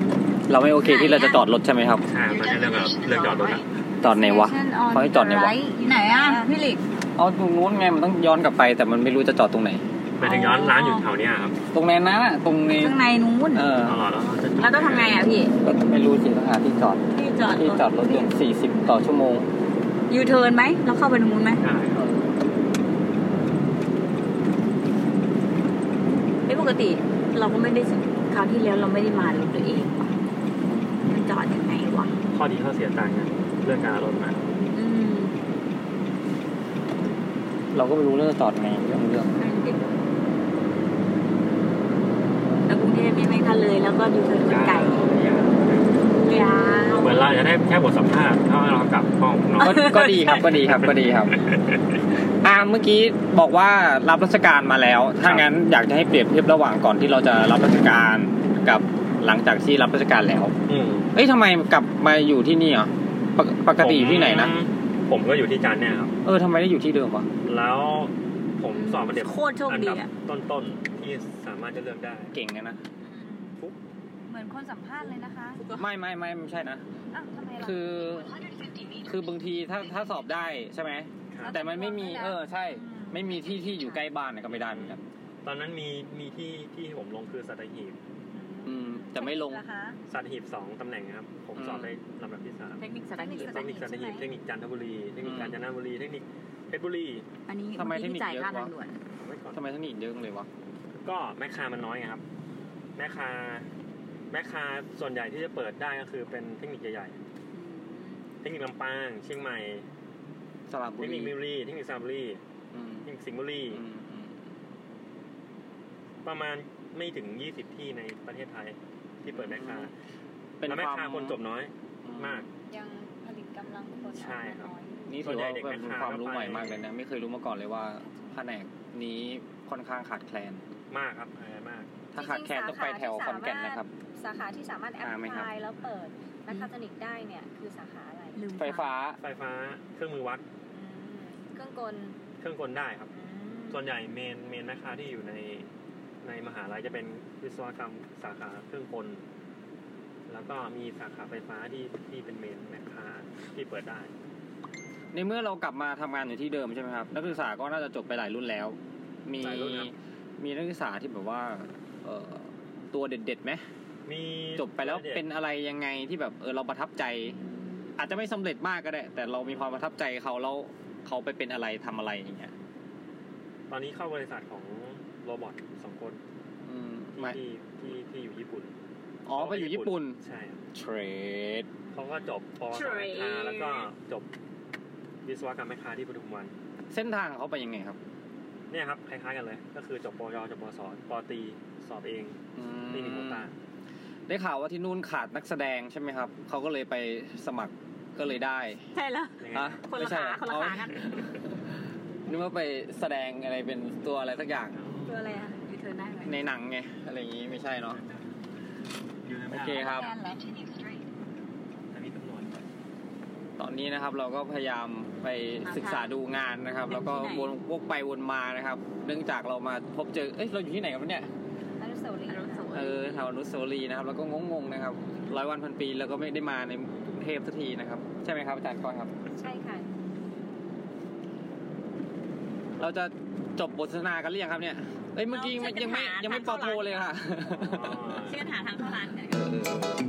[SPEAKER 1] เราไม่โอเคที่เราจะจอดรถใช่ไหมครับ
[SPEAKER 3] ใช่มันจะเรื่องแบบเรื่องจอดรถอะ
[SPEAKER 1] จอดไหนวะ เขาให้จอดไหนวะ
[SPEAKER 2] ไหนอ่ะพี่หลิก
[SPEAKER 1] เอาตรงนู้นไงมันต้องย้อนกลับไป แต่มันไม่รู้จะจอดตรงไหน
[SPEAKER 3] หมายถึงย้อนร้านอยู่แถวเนี้ยครับ
[SPEAKER 1] ตรงนั้นนะตรงนี้
[SPEAKER 2] ข้างในนู้น
[SPEAKER 1] เออ
[SPEAKER 3] ตลอดแล้วเราจะ
[SPEAKER 2] แล้วต้องทำไงอ่ะพี่
[SPEAKER 1] ก็ไม่รู้สิต้องหาที่จอด
[SPEAKER 2] ที่จอด
[SPEAKER 1] ที่จอดรถยนต์40 ต่อชั่วโมง
[SPEAKER 2] ยูเทิร์นไหมเราเข้าไปตรงนู้นไหม
[SPEAKER 3] ใช่ครับ
[SPEAKER 2] ไม่ปกติ เราก็ไม่ได้คราวที่แล้วเราไม่ได้มารถตัวเองว่ะมันจอดยังไงวะ
[SPEAKER 3] ข้อดีข้อเสียต่างกันเรื่องการรถมาก
[SPEAKER 2] อืม
[SPEAKER 1] เราก็ไม่รู้เรื่องจะต่อยังไงเรื่องเรื่อง
[SPEAKER 2] แล้วกรุงเทพนี่ไม่ทันเลย แล้วก็อยู่เทิร์นคนไก่
[SPEAKER 3] ยาวย
[SPEAKER 2] าว
[SPEAKER 3] เหมือนเราจะได้แค่บทสัมภาษณ์ถ้าเรากลับห้องนอน
[SPEAKER 1] ก็ก็ดีครับก็ดีครับก็ดีครับอ่าเมื่อกี้บอกว่ารับราชการมาแล้ว ถ้างั้นอยากจะให้เปรียบเทียบระหว่างก่อนที่เราจะรับราชการกับหลังจากที่รับราชการแล้ว
[SPEAKER 3] อืม
[SPEAKER 1] เอ้ยทำไมกลับมาอยู่ที่นี่เหรอปกปกติอยู่ที่ไหนนะ
[SPEAKER 3] ผมผมก็อยู่ที่จันทร์เนี่ยครับ
[SPEAKER 1] เออทำไมได้อยู่ที่เดิมวะ
[SPEAKER 3] แล้วผมสอบประเด็น
[SPEAKER 2] โคตรโชค
[SPEAKER 3] อัน
[SPEAKER 2] ดี
[SPEAKER 3] ดับ
[SPEAKER 2] อ่ะ
[SPEAKER 3] ต้นๆที่สามารถจะเลือกได้
[SPEAKER 1] เก่งนะนะ
[SPEAKER 4] เหมือนคนสัมภาษณ์เลยนะคะ
[SPEAKER 1] ไม่ไม่ไม่ไม่ใช่นะ
[SPEAKER 4] อ้าวทำไมเรา
[SPEAKER 1] คือ คือบางทีถ้าถ้าสอบได้ใช่ไหม
[SPEAKER 3] ครับ
[SPEAKER 1] แต่มันไม่มี
[SPEAKER 4] แล้ว
[SPEAKER 1] เออใช่ ไม่มีที่ที่อยู่ใกล้บ้านเนี่ยก็ไม่ได้เหมือนกัน
[SPEAKER 3] ตอนนั้นมีมีที่ที่ผมลงคือสัตหีบ
[SPEAKER 1] อืมแต่ไม่ลง
[SPEAKER 4] เหรอคะ
[SPEAKER 3] สัตหีบสองตำแหน่งครับ ผมสอบ
[SPEAKER 1] อืม
[SPEAKER 3] ได้ลำดับที่สาม
[SPEAKER 2] เทคนิคสารหีบ
[SPEAKER 3] เทคนิคสัตหีบเทคนิคจันทบุรีเทคนิคกาญจนบุรีเทคนิคเพชรบุรี
[SPEAKER 2] อันนี้
[SPEAKER 1] ทำไมเทคนิ
[SPEAKER 2] ที่
[SPEAKER 1] ค
[SPEAKER 2] จ่าย
[SPEAKER 1] เยอะ
[SPEAKER 2] ค่าว
[SPEAKER 1] ะ
[SPEAKER 2] ทางด่วน
[SPEAKER 3] เอาไว้ก่อน
[SPEAKER 1] ทำไมท่านหนีเยอะจังเลยวะ
[SPEAKER 3] ก็แม่ค้ามันน้อยไงครับ แม่ค้าแม่ค้าส่วนใหญ่ที่จะเปิดได้ก็คือเป็นเทคนิคใหญ่ๆ เทคนิคลำปางเชียงใหม่
[SPEAKER 1] สระบุ
[SPEAKER 3] เทค
[SPEAKER 1] รี
[SPEAKER 3] นิคมิวรีเทคนิคสระบุรี
[SPEAKER 1] อืม
[SPEAKER 3] เทคนิคสิงห์บุรี
[SPEAKER 1] อืมอืม
[SPEAKER 3] ประมาณไม่ถึง 20 ที่ในประเทศไทยที่เปิดแม่ค้า
[SPEAKER 1] เป็น
[SPEAKER 3] แล้วแม่
[SPEAKER 1] ว
[SPEAKER 3] ค้าคนจบน้อยมาก
[SPEAKER 4] ยังผลิตกำลังคนออกมา
[SPEAKER 3] ใช่ครับ
[SPEAKER 4] น้อย
[SPEAKER 1] นี่ถือว่าเป็นความรู้ใหม่มากเลยนะ ไม่เคยรู้มาก่อนเลยว่าแผนกนี้ค่อนข้างขาดแคลน
[SPEAKER 3] มากครับหายมาก
[SPEAKER 1] ถ้าขาดแคลนต้องไปแถวขอนแก่นนะครับ
[SPEAKER 4] สาขาที่สามารถแอป
[SPEAKER 1] อ่าไม่
[SPEAKER 4] พ
[SPEAKER 1] ครับ
[SPEAKER 4] ลายแล้วเปิดแมคคาทรอนิกได้เนี่ย คือสาขาอะไร
[SPEAKER 2] ลืม
[SPEAKER 1] ไฟฟ้า
[SPEAKER 3] ไฟฟ้าเครื่องมือวัด
[SPEAKER 4] อืมเครื่องกล
[SPEAKER 3] เครื่องกลได้ครับ
[SPEAKER 4] อืม
[SPEAKER 3] ส่วนใหญ่เมนเมนแม่ค้าที่อยู่ในในมหาลัยจะเป็นวิศวกรรมสาขาเครื่องกล แล้วก็มีสาขาไฟฟ้าที่ที่เป็นเมนแม่ค้าที่เปิดได้
[SPEAKER 1] ในเมื่อเรากลับมาทำงานอยู่ที่เดิมใช่ไหมครับ นักศึกษาก็น่าจะจบไปหลายรุ่นแล้ว มี
[SPEAKER 3] หลายรุ่นครับ
[SPEAKER 1] มีนักศึกษาที่แบบว่า เอ่อตัวเด็ดๆไหม
[SPEAKER 3] มี
[SPEAKER 1] จบไปแล้ว
[SPEAKER 3] ด็ด
[SPEAKER 1] เป็นอะไรยังไงที่แบบเออเราประทับใจ อาจจะไม่สำเร็จมากก็ได้ แต่เรามีความประทับใจเขาแล้วเขาไปเป็นอะไรทำอะไรอย่างเงี้ย
[SPEAKER 3] ตอนนี้เข้าบริษัทของโรบอทสองคน
[SPEAKER 1] อืมหมาย
[SPEAKER 3] ที่ที่ที่อยู่ญี่ปุ่น
[SPEAKER 1] อ๋อไปอยู่ญี่ปุ่น
[SPEAKER 3] ใช่ครับ
[SPEAKER 1] เทรด
[SPEAKER 3] เขาก็จบปอสาขาแม่ค้าแล้วก็จบวิศวกรรมแม่ค้าที่ปทุมวัน
[SPEAKER 1] เส้นทางเขาไปยังไงครับ
[SPEAKER 3] เนี่ยครับคล้ายๆกันเลย ก็คือจบปยจบปสปตรีสอบเอง
[SPEAKER 1] อืม
[SPEAKER 3] ไม่มีโควต้า
[SPEAKER 1] ได้ข่าวว่าที่นู่นขาดนักแสดงใช่ไหมครับเขาก็เลยไปสมัครก็เลยได้
[SPEAKER 2] ใช่แล้ว
[SPEAKER 3] ยังไงนะ
[SPEAKER 1] ฮะ
[SPEAKER 2] คน
[SPEAKER 1] ไม่
[SPEAKER 2] ละ
[SPEAKER 1] ใช่
[SPEAKER 2] ขา
[SPEAKER 1] เหรอ
[SPEAKER 2] คนละขากัน
[SPEAKER 1] อ๋อ นึกว่าไปแสดงอะไรเป็นตัวอะไรสักอย่าง
[SPEAKER 2] ตัวอะไรอ่ะยูเทิร์นได้ไหม
[SPEAKER 1] ในหนังไงอะไรอย่างงี้ไม่ใช่เนาะ
[SPEAKER 3] ยู่ใน
[SPEAKER 1] โอ
[SPEAKER 3] มหา
[SPEAKER 1] เคครับ
[SPEAKER 4] แอนเหรอ
[SPEAKER 3] แต่มีตำรวจ
[SPEAKER 1] ตอนนี้นะครับเราก็พยายามไปศึกษาดูงานนะครับ แล้วก็วนวกไปวนมานะครับ เนื่องจากเรามาพบเจอเอ้ยเราอยู่ที่ไหนกันวะเนี่ย
[SPEAKER 4] อนุสาวรี
[SPEAKER 2] อารมณ์
[SPEAKER 4] ย์
[SPEAKER 2] สวย
[SPEAKER 1] เออแถวอนุสาวรีย์นะครับแล้วก็งงๆนะครับร้อยวันพันปีเราก็ไม่ได้มาในกรุงเทพสักทีนะครับ ใช่ไหมครับอาจารย์ก้อยครับ
[SPEAKER 4] ใช่ค่ะ
[SPEAKER 1] เราจะจบบทสนทนากันหรือยังครับเนี่ยเอ้ยเมื่อกี้ยังไม่ยังไม่ยังไม่ปอโทเลยค่ะ
[SPEAKER 2] เชื่อหาทางเข้าร้านกัน
[SPEAKER 1] เออ